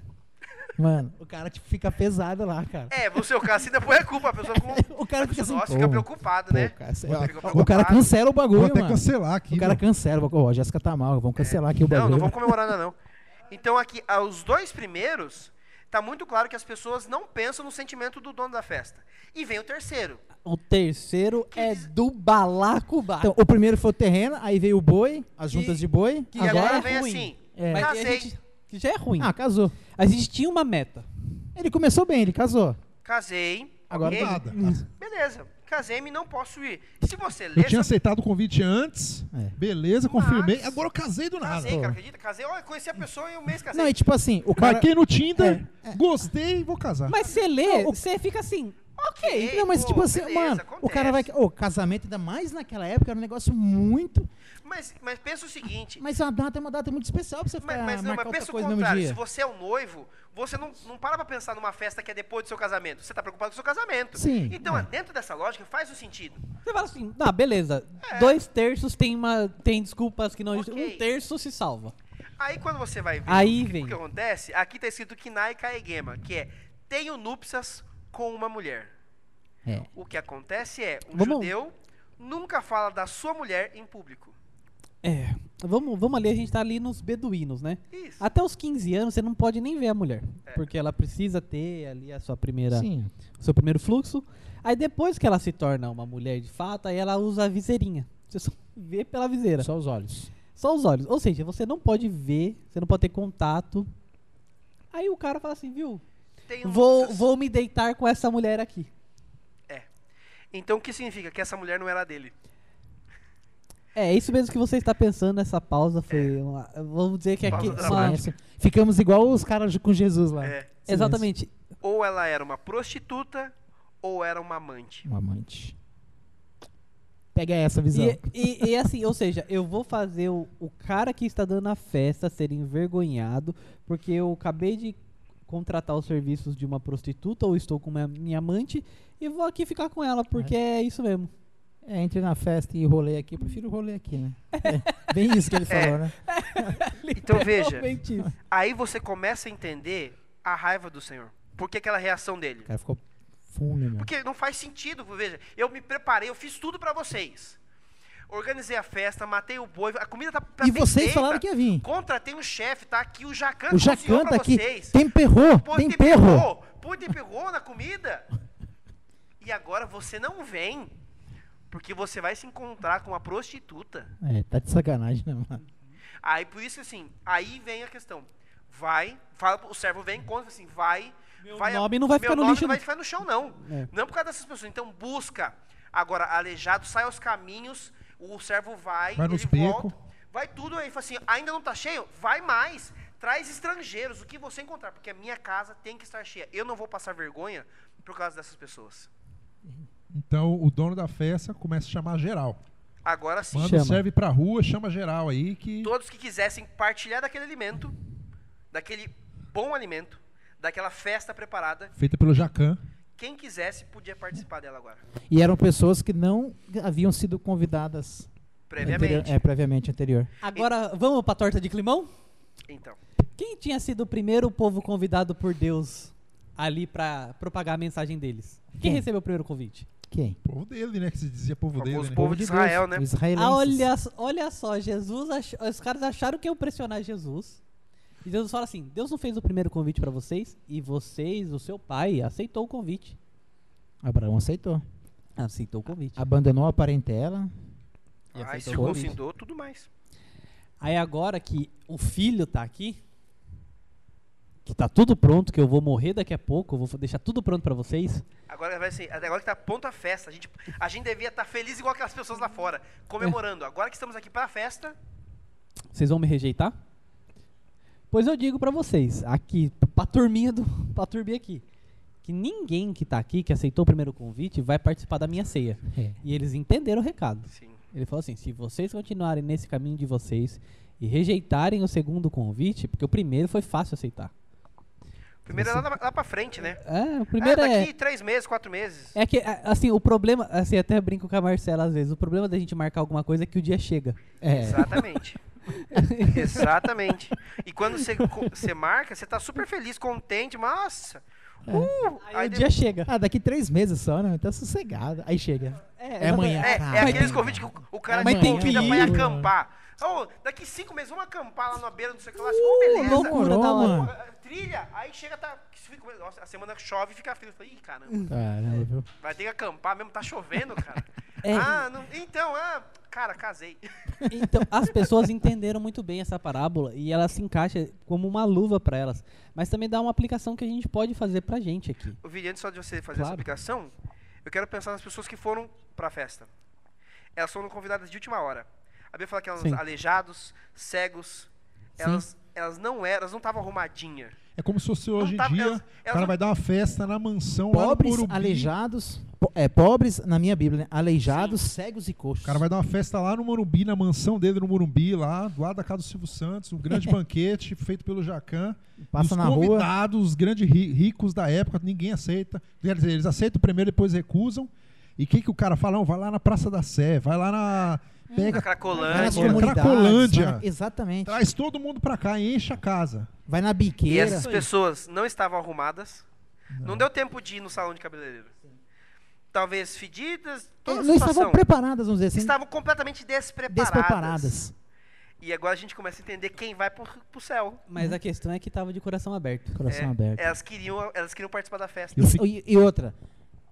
Speaker 4: Mano, o cara tipo, fica pesado lá, cara.
Speaker 2: É, você, o cara se põe a culpa, a pessoa com...
Speaker 4: O cara
Speaker 2: a pessoa,
Speaker 4: fica assim.
Speaker 2: Nossa, fica
Speaker 4: pô,
Speaker 2: preocupado,
Speaker 4: pô,
Speaker 2: né?
Speaker 4: cara, sei
Speaker 2: Você
Speaker 4: lá.
Speaker 2: fica
Speaker 4: o cara
Speaker 2: preocupado.
Speaker 4: cancela
Speaker 1: Vou
Speaker 4: o bagulho,
Speaker 1: até
Speaker 4: mano.
Speaker 1: cancelar aqui.
Speaker 4: O cara
Speaker 1: mano.
Speaker 4: cancela o bagulho. Ó, a Jéssica tá mal, vamos cancelar aqui
Speaker 2: Não,
Speaker 4: o bagulho.
Speaker 2: não vamos comemorar ainda não. Então aqui, ah, os dois primeiros, tá muito claro que as pessoas não pensam no sentimento do dono da festa. E vem o terceiro.
Speaker 5: O terceiro é do Balacubá.
Speaker 4: Então, o primeiro foi o terreno, aí veio o boi, as
Speaker 5: Que-
Speaker 4: juntas de boi.
Speaker 5: que
Speaker 2: E
Speaker 5: Já
Speaker 2: agora
Speaker 5: é
Speaker 2: vem
Speaker 5: ruim.
Speaker 2: assim.
Speaker 4: É.
Speaker 5: Mas
Speaker 2: Casei.
Speaker 5: a gente que já é ruim.
Speaker 4: Ah, casou.
Speaker 5: A gente tinha uma meta.
Speaker 4: Ele começou bem, ele casou.
Speaker 2: Casei.
Speaker 4: Agora
Speaker 2: ok?
Speaker 1: Nada.
Speaker 2: Beleza, casei-me não posso ir. Se você lê,
Speaker 1: Eu tinha aceitado o convite antes.
Speaker 4: É.
Speaker 1: Beleza, confirmei.
Speaker 2: Mas-
Speaker 1: Agora eu casei do nada.
Speaker 2: casei, cara, acredita? Casei, olha, conheci a pessoa e um mês casei.
Speaker 4: Não, e tipo assim, o cara. é,
Speaker 1: Marquei no Tinder, gostei e vou casar.
Speaker 5: Mas você lê,
Speaker 4: Não, o-
Speaker 5: você fica assim.
Speaker 2: Ok,
Speaker 4: Não, mas
Speaker 2: pô,
Speaker 4: tipo assim,
Speaker 2: beleza,
Speaker 4: mano, o cara vai.
Speaker 2: acontece.
Speaker 4: O casamento, ainda mais naquela época, era um negócio muito.
Speaker 2: Mas, mas pensa o seguinte, mas,
Speaker 4: Mas a data é uma data muito especial pra você ficar
Speaker 2: mas, não, mas
Speaker 4: marcar outra
Speaker 2: pensa o
Speaker 4: ah, coisa no mesmo
Speaker 2: contrário. Se
Speaker 4: dia.
Speaker 2: você é o noivo, você não, não para pra pensar numa festa que é depois do seu casamento. Você tá preocupado com o seu casamento.
Speaker 4: Sim,
Speaker 2: Então,
Speaker 4: é.
Speaker 2: dentro dessa lógica, faz o sentido.
Speaker 5: Você fala assim, ah, beleza. Dois terços tem uma. Tem desculpas que não.
Speaker 2: Ok.
Speaker 5: Um terço se salva.
Speaker 2: Aí quando você vai ver
Speaker 5: Aí
Speaker 2: o, que,
Speaker 5: vem.
Speaker 2: o que acontece, aqui tá escrito Kinai Kaegema, que é tenho núpcias com uma mulher.
Speaker 4: É.
Speaker 2: O que acontece é, um
Speaker 5: Vamos-
Speaker 2: judeu nunca fala da sua mulher em público.
Speaker 5: É. Vamos, vamos ali, a gente tá ali nos beduínos, né?
Speaker 2: Isso.
Speaker 5: Até os 15 anos você não pode nem ver a mulher. Porque ela precisa ter ali a sua primeira.
Speaker 4: Sim.
Speaker 5: seu primeiro fluxo. Aí depois que ela se torna uma mulher de fato, aí ela usa a viseirinha. Você só vê pela viseira. Só,
Speaker 4: Só os olhos.
Speaker 5: os olhos. Ou seja, você não pode ver, você não pode ter contato. Aí o cara fala assim, viu?
Speaker 2: Tenho
Speaker 5: Vou,
Speaker 2: um núpcias.
Speaker 5: vou me deitar com essa mulher aqui.
Speaker 2: Então o que significa? Que essa mulher não era dele.
Speaker 5: É isso mesmo que você está pensando nessa pausa. Foi uma, vamos dizer que aqui.
Speaker 2: Pausa
Speaker 5: uma-
Speaker 4: Silêncio. Ficamos igual os caras com Jesus lá.
Speaker 2: É.
Speaker 4: Silêncio.
Speaker 5: exatamente.
Speaker 2: Ou ela era uma prostituta, ou era uma amante.
Speaker 4: Um amante. Pega essa visão.
Speaker 5: E, e- e assim, ou seja, eu vou fazer o, o cara que está dando a festa ser envergonhado porque eu acabei de contratar os serviços de uma prostituta ou estou com uma, minha amante e vou aqui ficar com ela porque é, isso mesmo.
Speaker 4: É, entre na festa e rolê aqui. Eu prefiro rolê aqui, né? É, bem isso que ele falou, né?
Speaker 2: Então veja,
Speaker 5: Literalmente É isso.
Speaker 2: aí você começa a entender a raiva do Senhor. Por que aquela reação dele?
Speaker 4: O cara ficou fundo, meu.
Speaker 2: Porque não faz sentido, veja. Eu me preparei, eu fiz tudo pra vocês. Organizei a festa, matei o boi, a comida tá tá
Speaker 4: E
Speaker 2: bem
Speaker 4: vocês
Speaker 2: feita.
Speaker 4: falaram que ia vir.
Speaker 2: Contratei um chefe, tá aqui o Jacan
Speaker 4: O
Speaker 2: cozinhou
Speaker 4: Jacan
Speaker 2: pra
Speaker 4: tá aqui.
Speaker 2: vocês.
Speaker 4: Temperrou.
Speaker 2: Pô, te
Speaker 4: Temperrou.
Speaker 2: pegou, pô, te pegou na comida. E agora você não vem, porque você vai se encontrar com uma prostituta.
Speaker 4: É, tá de sacanagem, né, mano?
Speaker 2: Aí por isso assim, aí vem a questão. Vai, fala, o servo vem conta assim, vai, meu vai,
Speaker 5: nome não vai
Speaker 2: meu
Speaker 5: ficar no
Speaker 2: nome
Speaker 5: lixo, né?
Speaker 2: não vai
Speaker 5: É. não.
Speaker 2: ficar no chão não. Não por causa dessas pessoas. Então busca. Agora aleijado sai aos caminhos, o servo vai,
Speaker 1: Vai
Speaker 2: ele
Speaker 1: nos beco.
Speaker 2: volta, vai tudo aí, fala assim, ainda não tá cheio, vai mais. Traz estrangeiros, o que você encontrar, porque a minha casa tem que estar cheia. Eu não vou passar vergonha por causa dessas pessoas.
Speaker 1: Então o dono da festa começa a chamar geral.
Speaker 2: Agora sim,
Speaker 1: Manda
Speaker 4: Chama.
Speaker 1: o serve pra rua, chama geral aí que.
Speaker 2: todos que quisessem partilhar daquele alimento, daquele bom alimento, daquela festa preparada,
Speaker 1: Feita pelo Jacan.
Speaker 2: quem quisesse podia participar dela agora.
Speaker 4: E eram pessoas que não haviam sido convidadas
Speaker 2: Previamente.
Speaker 4: Anterior, é, previamente anterior.
Speaker 5: Agora vamos pra torta de climão?
Speaker 2: Então.
Speaker 5: Quem tinha sido o primeiro povo convidado por Deus ali pra propagar a mensagem deles? Quem
Speaker 4: Quem?
Speaker 5: recebeu o primeiro convite?
Speaker 4: Quem?
Speaker 1: Povo dele, né? Que se dizia povo
Speaker 2: Famoso
Speaker 1: dele. né?
Speaker 2: povo de Israel, né?
Speaker 4: Os israelenses.
Speaker 5: Ah, olha, olha só, Jesus ach- os caras acharam que iam pressionar Jesus. E Jesus fala assim: Deus não fez o primeiro convite pra vocês e vocês, o seu pai, aceitou o convite.
Speaker 4: Abraão aceitou.
Speaker 5: Aceitou o convite.
Speaker 4: Abandonou a parentela.
Speaker 5: E
Speaker 2: Aí
Speaker 5: aceitou o convite.
Speaker 2: circuncidou tudo mais.
Speaker 5: Aí agora que o filho tá aqui, que tá tudo pronto, que eu vou morrer daqui a pouco, eu vou deixar tudo pronto pra vocês.
Speaker 2: Agora vai ser, agora que tá pronta a festa, a gente, a gente devia estar feliz igual aquelas pessoas lá fora, comemorando. Agora que estamos aqui pra festa,
Speaker 5: Vocês vão me rejeitar? Pois eu digo pra vocês, aqui, pra turminha do. pra turminha aqui, que ninguém que tá aqui, que aceitou o primeiro convite, vai participar da minha ceia.
Speaker 4: É.
Speaker 5: E eles entenderam o recado.
Speaker 2: sim.
Speaker 5: Ele falou assim: se vocês continuarem nesse caminho de vocês e rejeitarem o segundo convite, porque o primeiro foi fácil aceitar.
Speaker 2: Primeiro é lá, lá pra frente, né?
Speaker 5: É, o primeiro
Speaker 2: ah,
Speaker 5: é.
Speaker 2: daqui três meses, quatro meses.
Speaker 5: É que, a- assim, o problema. Assim, até brinco com a Marcela às vezes. O problema da gente marcar alguma coisa é que o dia chega.
Speaker 4: É.
Speaker 2: Exatamente. Exatamente. E quando você, co- você marca, você tá super feliz, contente, nossa. Uh,
Speaker 5: Aí,
Speaker 2: aí
Speaker 5: o
Speaker 2: de-
Speaker 5: dia chega.
Speaker 4: Ah, daqui três meses só, né? Tá sossegado. Aí chega. É amanhã.
Speaker 2: É,
Speaker 4: Caralho.
Speaker 2: é aqueles convites que o, o cara
Speaker 5: Mas
Speaker 2: te
Speaker 5: tem
Speaker 2: convida
Speaker 5: que
Speaker 2: pra
Speaker 5: ir.
Speaker 2: ir acampar. Ô, daqui cinco meses vamos acampar lá na beira, não sei o que lá.
Speaker 5: Uh,
Speaker 2: Ô, beleza. né?
Speaker 5: loucura
Speaker 4: Demorou,
Speaker 5: da hora.
Speaker 4: mano.
Speaker 2: Pô, Trilha, aí chega, tá. fica- Nossa, a semana chove e fica frio. Eu falei, ih, caramba.
Speaker 4: Hum. Caramba, viu?
Speaker 2: Vai ter que acampar mesmo, tá chovendo, cara.
Speaker 5: É.
Speaker 2: Ah, não- então, ah, cara, casei.
Speaker 5: Então, as pessoas entenderam muito bem essa parábola e ela se encaixa como uma luva pra elas. Mas também dá uma aplicação que a gente pode fazer pra gente aqui.
Speaker 2: O Vini, antes só de você fazer
Speaker 5: Claro.
Speaker 2: essa aplicação, eu quero pensar nas pessoas que foram pra festa. Elas foram convidadas de última hora. A Bia fala que elas
Speaker 5: Sim.
Speaker 2: aleijados, cegos, elas, elas não eram, elas não estavam arrumadinhas.
Speaker 1: É como se fosse hoje em
Speaker 2: tava-
Speaker 1: dia,
Speaker 2: elas-
Speaker 1: o
Speaker 2: elas
Speaker 1: cara
Speaker 2: não- tá
Speaker 1: vai dar uma festa na mansão lá
Speaker 4: Pobres,
Speaker 1: no Morumbi.
Speaker 4: aleijados. po- é, pobres, na minha Bíblia, né? Aleijados, cegos e coxos.
Speaker 1: O cara vai dar uma festa lá no Morumbi, na mansão dele no Morumbi, lá do lado da casa do Silvio Santos, um grande banquete feito pelo Jacan.
Speaker 4: Passa
Speaker 1: os
Speaker 4: na rua.
Speaker 1: convidados, os grandes ri- ricos da época, ninguém aceita. Quer dizer, eles aceitam primeiro, depois recusam. E o que, que o cara fala? Não, vai lá na Praça da Sé, vai lá na.
Speaker 2: Na
Speaker 1: Pega, Pô,
Speaker 4: Vai nas
Speaker 2: Cracolândia.
Speaker 4: comunidades.
Speaker 1: Cracolândia.
Speaker 4: vai na- exatamente.
Speaker 1: traz todo mundo pra cá, enche a casa.
Speaker 4: Vai na
Speaker 2: E
Speaker 4: biqueira.
Speaker 2: essas pessoas não estavam arrumadas. Não. deu tempo de ir no salão de cabeleireiro. Talvez fedidas, toda
Speaker 4: É,
Speaker 2: a
Speaker 4: não
Speaker 2: situação.
Speaker 4: estavam preparadas, vamos dizer assim.
Speaker 2: Estavam completamente despreparadas.
Speaker 4: despreparadas.
Speaker 2: E agora a gente começa a entender quem vai pro, pro céu.
Speaker 5: Mas a questão é que tava de coração aberto.
Speaker 4: Coração
Speaker 2: É,
Speaker 4: aberto.
Speaker 2: Elas queriam, elas queriam participar da festa.
Speaker 1: Eu fico-
Speaker 4: E, e outra.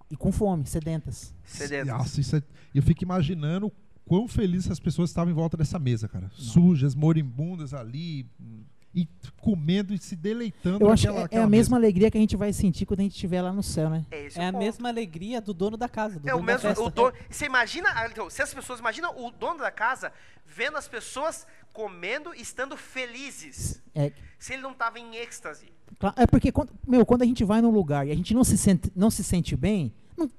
Speaker 4: E com fome, sedentas.
Speaker 2: Sedentas.
Speaker 1: Nossa, isso é- eu fico imaginando quão felizes as pessoas estavam em volta dessa mesa, cara. Sujas, moribundas ali, e comendo e se deleitando
Speaker 4: Eu acho
Speaker 1: naquela-
Speaker 4: que é- é,
Speaker 1: aquela
Speaker 4: a mesma
Speaker 1: mesa.
Speaker 4: alegria que a gente vai sentir quando a gente estiver lá no céu, né?
Speaker 2: É, esse
Speaker 5: É
Speaker 2: o
Speaker 5: a
Speaker 2: ponto.
Speaker 5: mesma alegria do dono da casa. Do
Speaker 2: É o
Speaker 5: dono
Speaker 2: mesmo.
Speaker 5: Da festa.
Speaker 2: O dono, você imagina. ah, Então, se as pessoas. Imagina o dono da casa vendo as pessoas comendo e estando felizes.
Speaker 4: É,
Speaker 2: Se ele não tava em êxtase.
Speaker 4: cla- é porque, quando, meu, quando a gente vai num lugar e a gente não se sente, não se sente bem, não,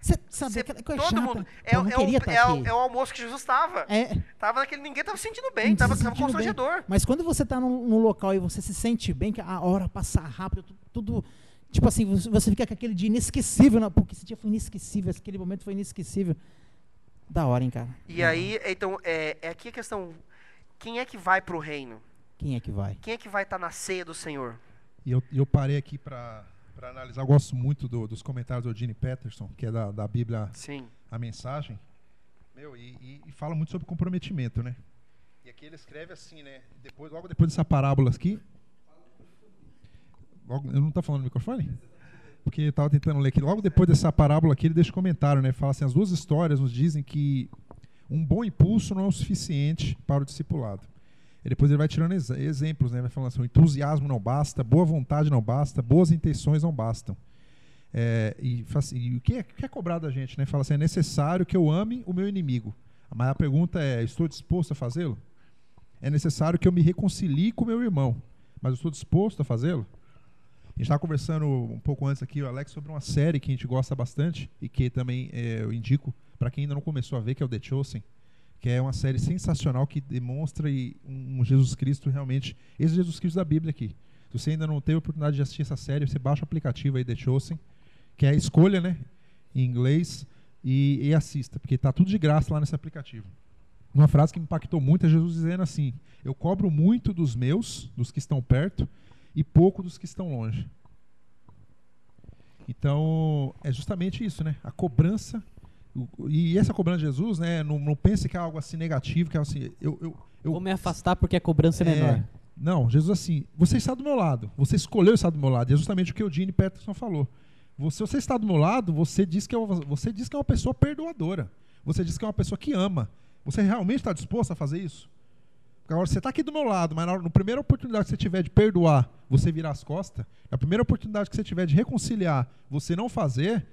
Speaker 4: cê, sabe,
Speaker 2: Cê-
Speaker 4: aquela coisa
Speaker 2: todo
Speaker 4: chata.
Speaker 2: mundo. É,
Speaker 4: Pô, não
Speaker 2: é
Speaker 4: queria
Speaker 2: o,
Speaker 4: tá
Speaker 2: é, o,
Speaker 4: aqui.
Speaker 2: é o almoço que Jesus estava.
Speaker 4: É,
Speaker 2: Tava naquele. Ninguém tava se sentindo
Speaker 4: não
Speaker 2: bem.
Speaker 4: se
Speaker 2: Tava,
Speaker 4: sentindo
Speaker 2: tava constrangedor.
Speaker 4: Bem. Mas quando você tá num, num local e você se sente bem, que a hora passa rápido, tu- tudo. Tipo assim, você você fica com aquele dia inesquecível, na- porque esse dia foi inesquecível, aquele momento foi inesquecível. Da hora, hein, cara?
Speaker 2: E aí, então, é, é aqui a questão. Quem é que vai pro reino?
Speaker 4: Quem é que vai?
Speaker 2: Quem é que vai estar na ceia do Senhor?
Speaker 1: E eu, eu parei aqui pra pra analisar. Eu gosto muito do- dos comentários do Gene Peterson, que é da, da Bíblia
Speaker 2: Sim.
Speaker 1: a mensagem, meu, e, e- e fala muito sobre comprometimento, né? E aqui ele escreve assim, né? Depois, logo depois dessa parábola aqui. Logo, eu não tá falando no microfone? Porque eu tava tentando ler aqui. Logo depois dessa parábola aqui, ele deixa um comentário, né? Fala assim: as duas histórias nos dizem que um bom impulso não é o suficiente para o discipulado. E depois ele vai tirando ex- exemplos, né? Vai falando assim: o entusiasmo não basta, boa vontade não basta, boas intenções não bastam. É, e, fala assim, e o que é, o que é cobrado da gente, né? Fala assim, é necessário que eu ame o meu inimigo. Mas a pergunta é, estou disposto a fazê-lo? É necessário que eu me reconcilie com o meu irmão. Mas eu estou disposto a fazê-lo? A gente estava conversando um pouco antes aqui, o Alex, sobre uma série que a gente gosta bastante e que também é, eu indico para quem ainda não começou a ver, que é o The Chosen, que é uma série sensacional que demonstra e um um Jesus Cristo realmente, esse Jesus Cristo da Bíblia aqui. Se você ainda não teve a oportunidade de assistir essa série, você baixa o aplicativo aí, The Chosen, que é a escolha, né? Em inglês, e, e assista, porque tá tudo de graça lá nesse aplicativo. Uma frase que me impactou muito é Jesus dizendo assim: Eu cobro muito dos meus, dos que estão perto, e pouco dos que estão longe. Então, é justamente isso, né? A cobrança. o- o- E essa cobrança de Jesus, né? Não, não pense que é algo assim negativo, que é algo assim. Eu, eu, eu,
Speaker 5: Vou me afastar porque a cobrança é menor.
Speaker 1: Não, Jesus assim, você está do meu lado, você escolheu estar do meu lado. E é justamente o que o Gene Peterson falou. Você, você está do meu lado, você diz, que é uma, você diz que é uma pessoa perdoadora. Você diz que é uma pessoa que ama. Você realmente está disposto a fazer isso? Porque Agora, você está aqui do meu lado, mas na, hora- na primeira oportunidade que você tiver de perdoar, você virar as costas, na primeira oportunidade que você tiver de reconciliar, você não fazer,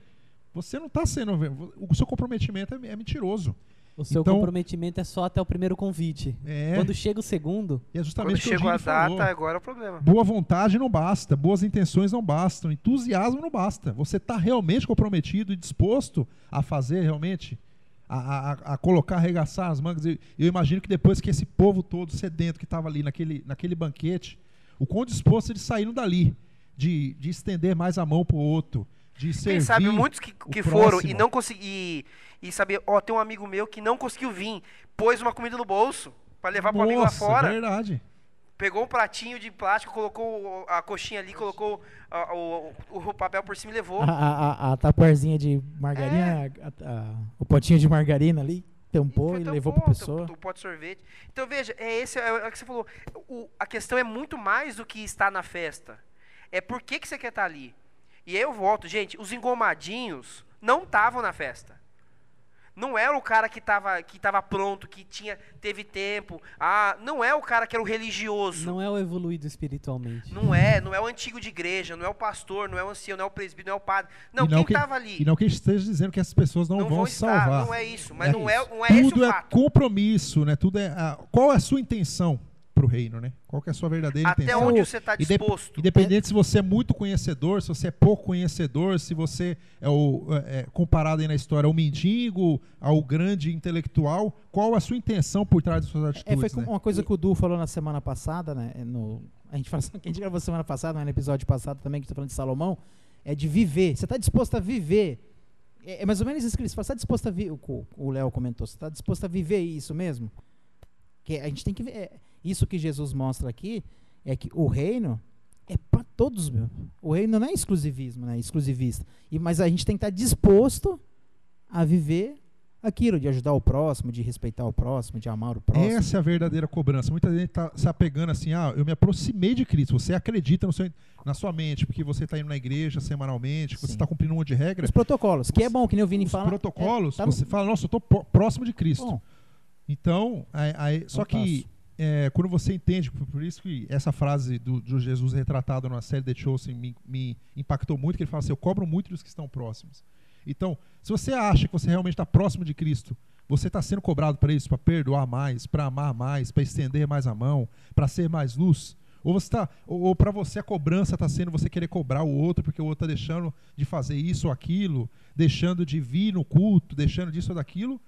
Speaker 1: você não está sendo. O seu comprometimento é, é mentiroso.
Speaker 5: O seu
Speaker 1: Então-
Speaker 5: comprometimento é só até o primeiro convite.
Speaker 1: É,
Speaker 5: Quando chega o segundo,
Speaker 1: e é
Speaker 2: Quando
Speaker 1: justamente o que o
Speaker 2: chegou a
Speaker 1: Gene falou.
Speaker 2: data, agora é o problema.
Speaker 1: Boa vontade não basta, boas intenções não bastam, entusiasmo não basta. Você está realmente comprometido e disposto a fazer realmente, a, a- a- a colocar, arregaçar as mangas. E Eu imagino que depois que esse povo todo sedento que estava ali naquele, naquele banquete, o quão disposto eles saíram dali, de, de estender mais a mão para o outro, de servir.
Speaker 2: Quem sabe muitos que,
Speaker 1: o
Speaker 2: que foram e
Speaker 1: próximo.
Speaker 2: não conseguiram. E saber, ó, tem um amigo meu que não conseguiu vir, pôs uma comida no bolso pra levar pro amigo lá
Speaker 1: Nossa, né?
Speaker 2: fora.
Speaker 1: verdade.
Speaker 2: Pegou um pratinho de plástico, colocou o- a coxinha ali, colocou a- o, o- o papel por cima e levou.
Speaker 4: A, a, a, a tapuerzinha de margarina,
Speaker 2: É.
Speaker 4: a- a- o potinho de margarina ali, tampou e
Speaker 2: Então,
Speaker 4: levou
Speaker 2: pô,
Speaker 4: pra pessoa.
Speaker 2: O pote de sorvete. Então veja, é esse é o que você falou. O- a questão é muito mais do que estar na festa. É por que, que você quer estar ali. E aí eu volto, gente, os engomadinhos não estavam na festa. Não era o cara que estava que tava pronto, que tinha teve tempo. Ah, não é o cara que era o religioso.
Speaker 5: não é o evoluído espiritualmente.
Speaker 2: Não é, não é o antigo de igreja, não é o pastor, não é o ancião, não é o presbítero, não é o padre. Não,
Speaker 1: E não
Speaker 2: quem
Speaker 1: que-
Speaker 2: estava ali
Speaker 1: E não que esteja dizendo que essas pessoas não, vão se
Speaker 2: estar,
Speaker 1: salvar.
Speaker 2: não é isso. Mas
Speaker 1: É
Speaker 2: não, é,
Speaker 1: isso.
Speaker 2: não é esse
Speaker 1: Tudo
Speaker 2: o
Speaker 1: é
Speaker 2: fato.
Speaker 1: compromisso, né? Tudo é a- qual é a sua intenção pro reino, né? Qual que é a sua verdadeira
Speaker 2: Até
Speaker 1: intenção?
Speaker 2: onde você tá está
Speaker 1: Inde-
Speaker 2: disposto.
Speaker 1: Independente se você é muito conhecedor, se você é pouco conhecedor, se você é o é, é, comparado aí na história ao mendigo, ao grande intelectual, qual é a sua intenção por trás das suas
Speaker 4: É,
Speaker 1: atitudes?
Speaker 4: foi com-
Speaker 1: né?
Speaker 4: uma coisa que o Du falou na semana passada, né? No, a gente falou, que a gente gravou semana passada, mas no episódio passado também, que eu tô falando de Salomão, é de viver. Você tá disposto a viver. É, é mais ou menos isso que eles falam. Você tá disposto a viver. O Léo comentou, você tá disposto a viver isso mesmo? Que a gente tem que ver. é, isso que Jesus mostra aqui é que o reino é para todos, meu. O reino não é exclusivismo, né? Exclusivista. E, mas a gente tem que estar disposto a viver aquilo, de ajudar o próximo, de respeitar o próximo, de amar o próximo.
Speaker 1: Essa é a verdadeira cobrança. Muita gente está se apegando assim, ah, eu me aproximei de Cristo. Você acredita no seu, na sua mente, porque você está indo na igreja semanalmente, que você
Speaker 4: Sim.
Speaker 1: está cumprindo um monte de regra.
Speaker 4: Os protocolos, que é bom, que nem o Vini
Speaker 1: os
Speaker 4: fala.
Speaker 1: protocolos,
Speaker 4: é, tá
Speaker 1: você fala, nossa, eu tô po- próximo de Cristo.
Speaker 4: bom.
Speaker 1: então, aí- aí- só
Speaker 4: Não
Speaker 1: que é, quando você entende, por, por isso que essa frase do, do Jesus retratado na série The Chosen me, me impactou muito, que ele fala assim, eu cobro muito dos que estão próximos. Então, se você acha que você realmente está próximo de Cristo, você está sendo cobrado para isso, para perdoar mais, para amar mais, para estender mais a mão, para ser mais luz. Ou você tá, ou, ou para você a cobrança está sendo você querer cobrar o outro porque o outro está deixando de fazer isso ou aquilo, deixando de vir no culto, deixando disso ou daquilo.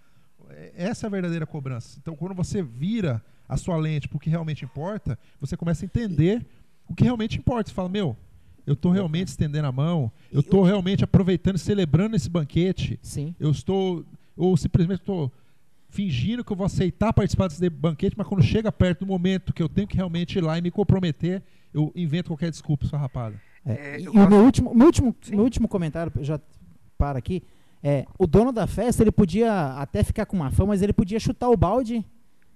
Speaker 1: É- Essa é a verdadeira cobrança. Então, quando você vira a sua lente para o que realmente importa, você começa a entender o que realmente importa. Você fala, meu, eu estou realmente estendendo a mão, eu estou realmente aproveitando e celebrando esse banquete,
Speaker 4: Sim.
Speaker 1: eu estou, ou simplesmente estou fingindo que eu vou aceitar participar desse banquete, mas quando chega perto do momento que eu tenho que realmente ir lá e me comprometer, eu invento qualquer desculpa, sua rapada.
Speaker 4: É,
Speaker 2: É, eu
Speaker 4: e e o
Speaker 2: gosto-
Speaker 4: meu último, meu, último,
Speaker 2: Sim.
Speaker 4: meu último comentário, eu já para aqui, é, o dono da festa, ele podia até ficar com uma fama, mas ele podia chutar o balde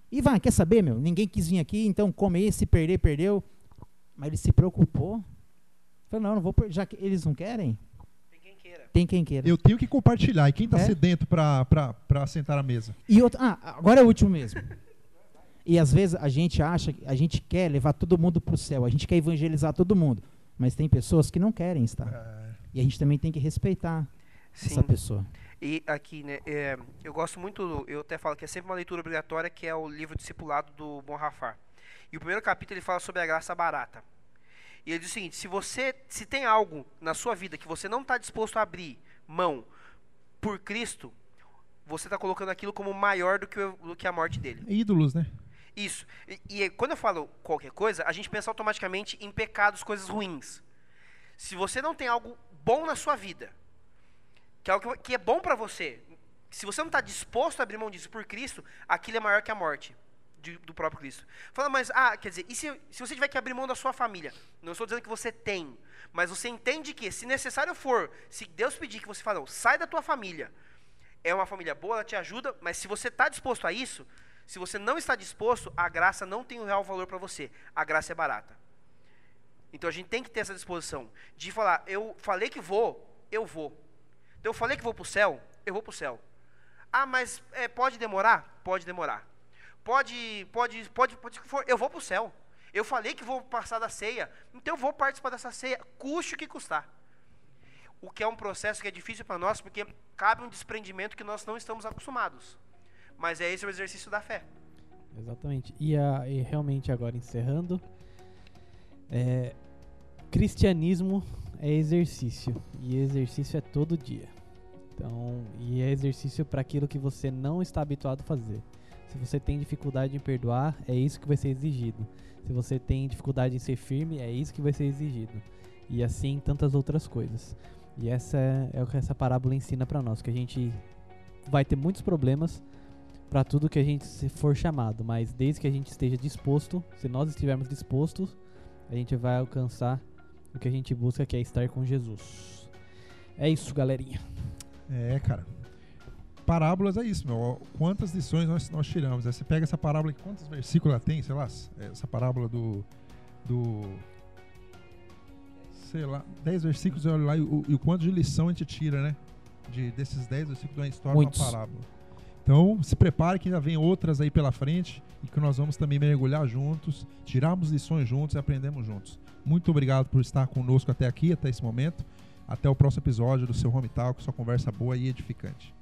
Speaker 4: e vai, quer saber, meu, ninguém quis vir aqui, então come aí, se perder, perdeu. Mas ele se preocupou. Falou, não, não vou, per- já que eles não querem,
Speaker 2: Tem quem queira.
Speaker 4: tem quem queira.
Speaker 1: Eu tenho que compartilhar, e quem está
Speaker 4: É?
Speaker 1: sedento para sentar à mesa?
Speaker 4: E outro, ah, agora é o último mesmo. E às vezes a gente acha, a gente quer levar todo mundo pro céu, a gente quer evangelizar todo mundo, mas tem pessoas que não querem estar. E a gente também tem que respeitar
Speaker 2: Sim.
Speaker 4: essa pessoa.
Speaker 2: E aqui, né, é, eu gosto muito, eu até falo que é sempre uma leitura obrigatória, que é o livro discipulado do Bonhoeffer. E o primeiro capítulo ele fala sobre a graça barata. E ele diz o seguinte, se você, se tem algo na sua vida que você não está disposto a abrir mão por Cristo, você está colocando aquilo como maior do que, o- do que a morte dele.
Speaker 1: Ídolos, né?
Speaker 2: Isso. E, e é- quando eu falo qualquer coisa, a gente pensa automaticamente em pecados, coisas ruins. Se você não tem algo bom na sua vida, que é algo que- que é bom pra você, se você não está disposto a abrir mão disso por Cristo, aquilo é maior que a morte de- do próprio Cristo. Fala, mas, ah, quer dizer, e se, se você tiver que abrir mão da sua família? Não estou dizendo que você tem, mas você entende que, se necessário for, se Deus pedir que você fale, não, sai da tua família, é uma família boa, ela te ajuda, mas se você está tá disposto a isso, Se você não está disposto, a graça não tem o real valor para você. A graça é barata. Então a gente tem que ter essa disposição de falar: eu falei que vou, eu vou. Então eu falei que vou para o céu, eu vou para o céu. Ah, mas é, pode demorar? Pode demorar. Pode, pode, pode, pode o que for, eu vou para o céu. Eu falei que vou passar da ceia, então eu vou participar dessa ceia, custe o que custar. O que é um processo que é difícil para nós, porque cabe um desprendimento que nós não estamos acostumados. Mas é esse o exercício da fé.
Speaker 5: Exatamente. E, a- e realmente, agora encerrando, é, cristianismo é exercício. E exercício é todo dia. Então, e é exercício para aquilo que você não está habituado a fazer. Se você tem dificuldade em perdoar, é isso que vai ser exigido. Se você tem dificuldade em ser firme, é isso que vai ser exigido. E assim tantas outras coisas. E essa é, é o que essa parábola ensina para nós, que a gente vai ter muitos problemas para tudo que a gente se for chamado, mas desde que a gente esteja disposto, se nós estivermos dispostos, a gente vai alcançar o que a gente busca, que é estar com Jesus. É isso, galerinha.
Speaker 1: É, cara. Parábolas é isso, meu. Quantas lições nós, nós tiramos? né? Você pega essa parábola, aqui, quantos versículos ela tem, sei lá, essa parábola do. do sei lá, 10 versículos, olha lá, e o, e o quanto de lição a gente tira, né? De, desses 10 versículos de uma história,
Speaker 4: Muitos.
Speaker 1: uma parábola. Então, se prepare que ainda vem outras aí pela frente e que nós vamos também mergulhar juntos, tirarmos lições juntos e aprendemos juntos. Muito obrigado por estar conosco até aqui, até esse momento. Até o próximo episódio do seu Home Talk, sua conversa boa e edificante.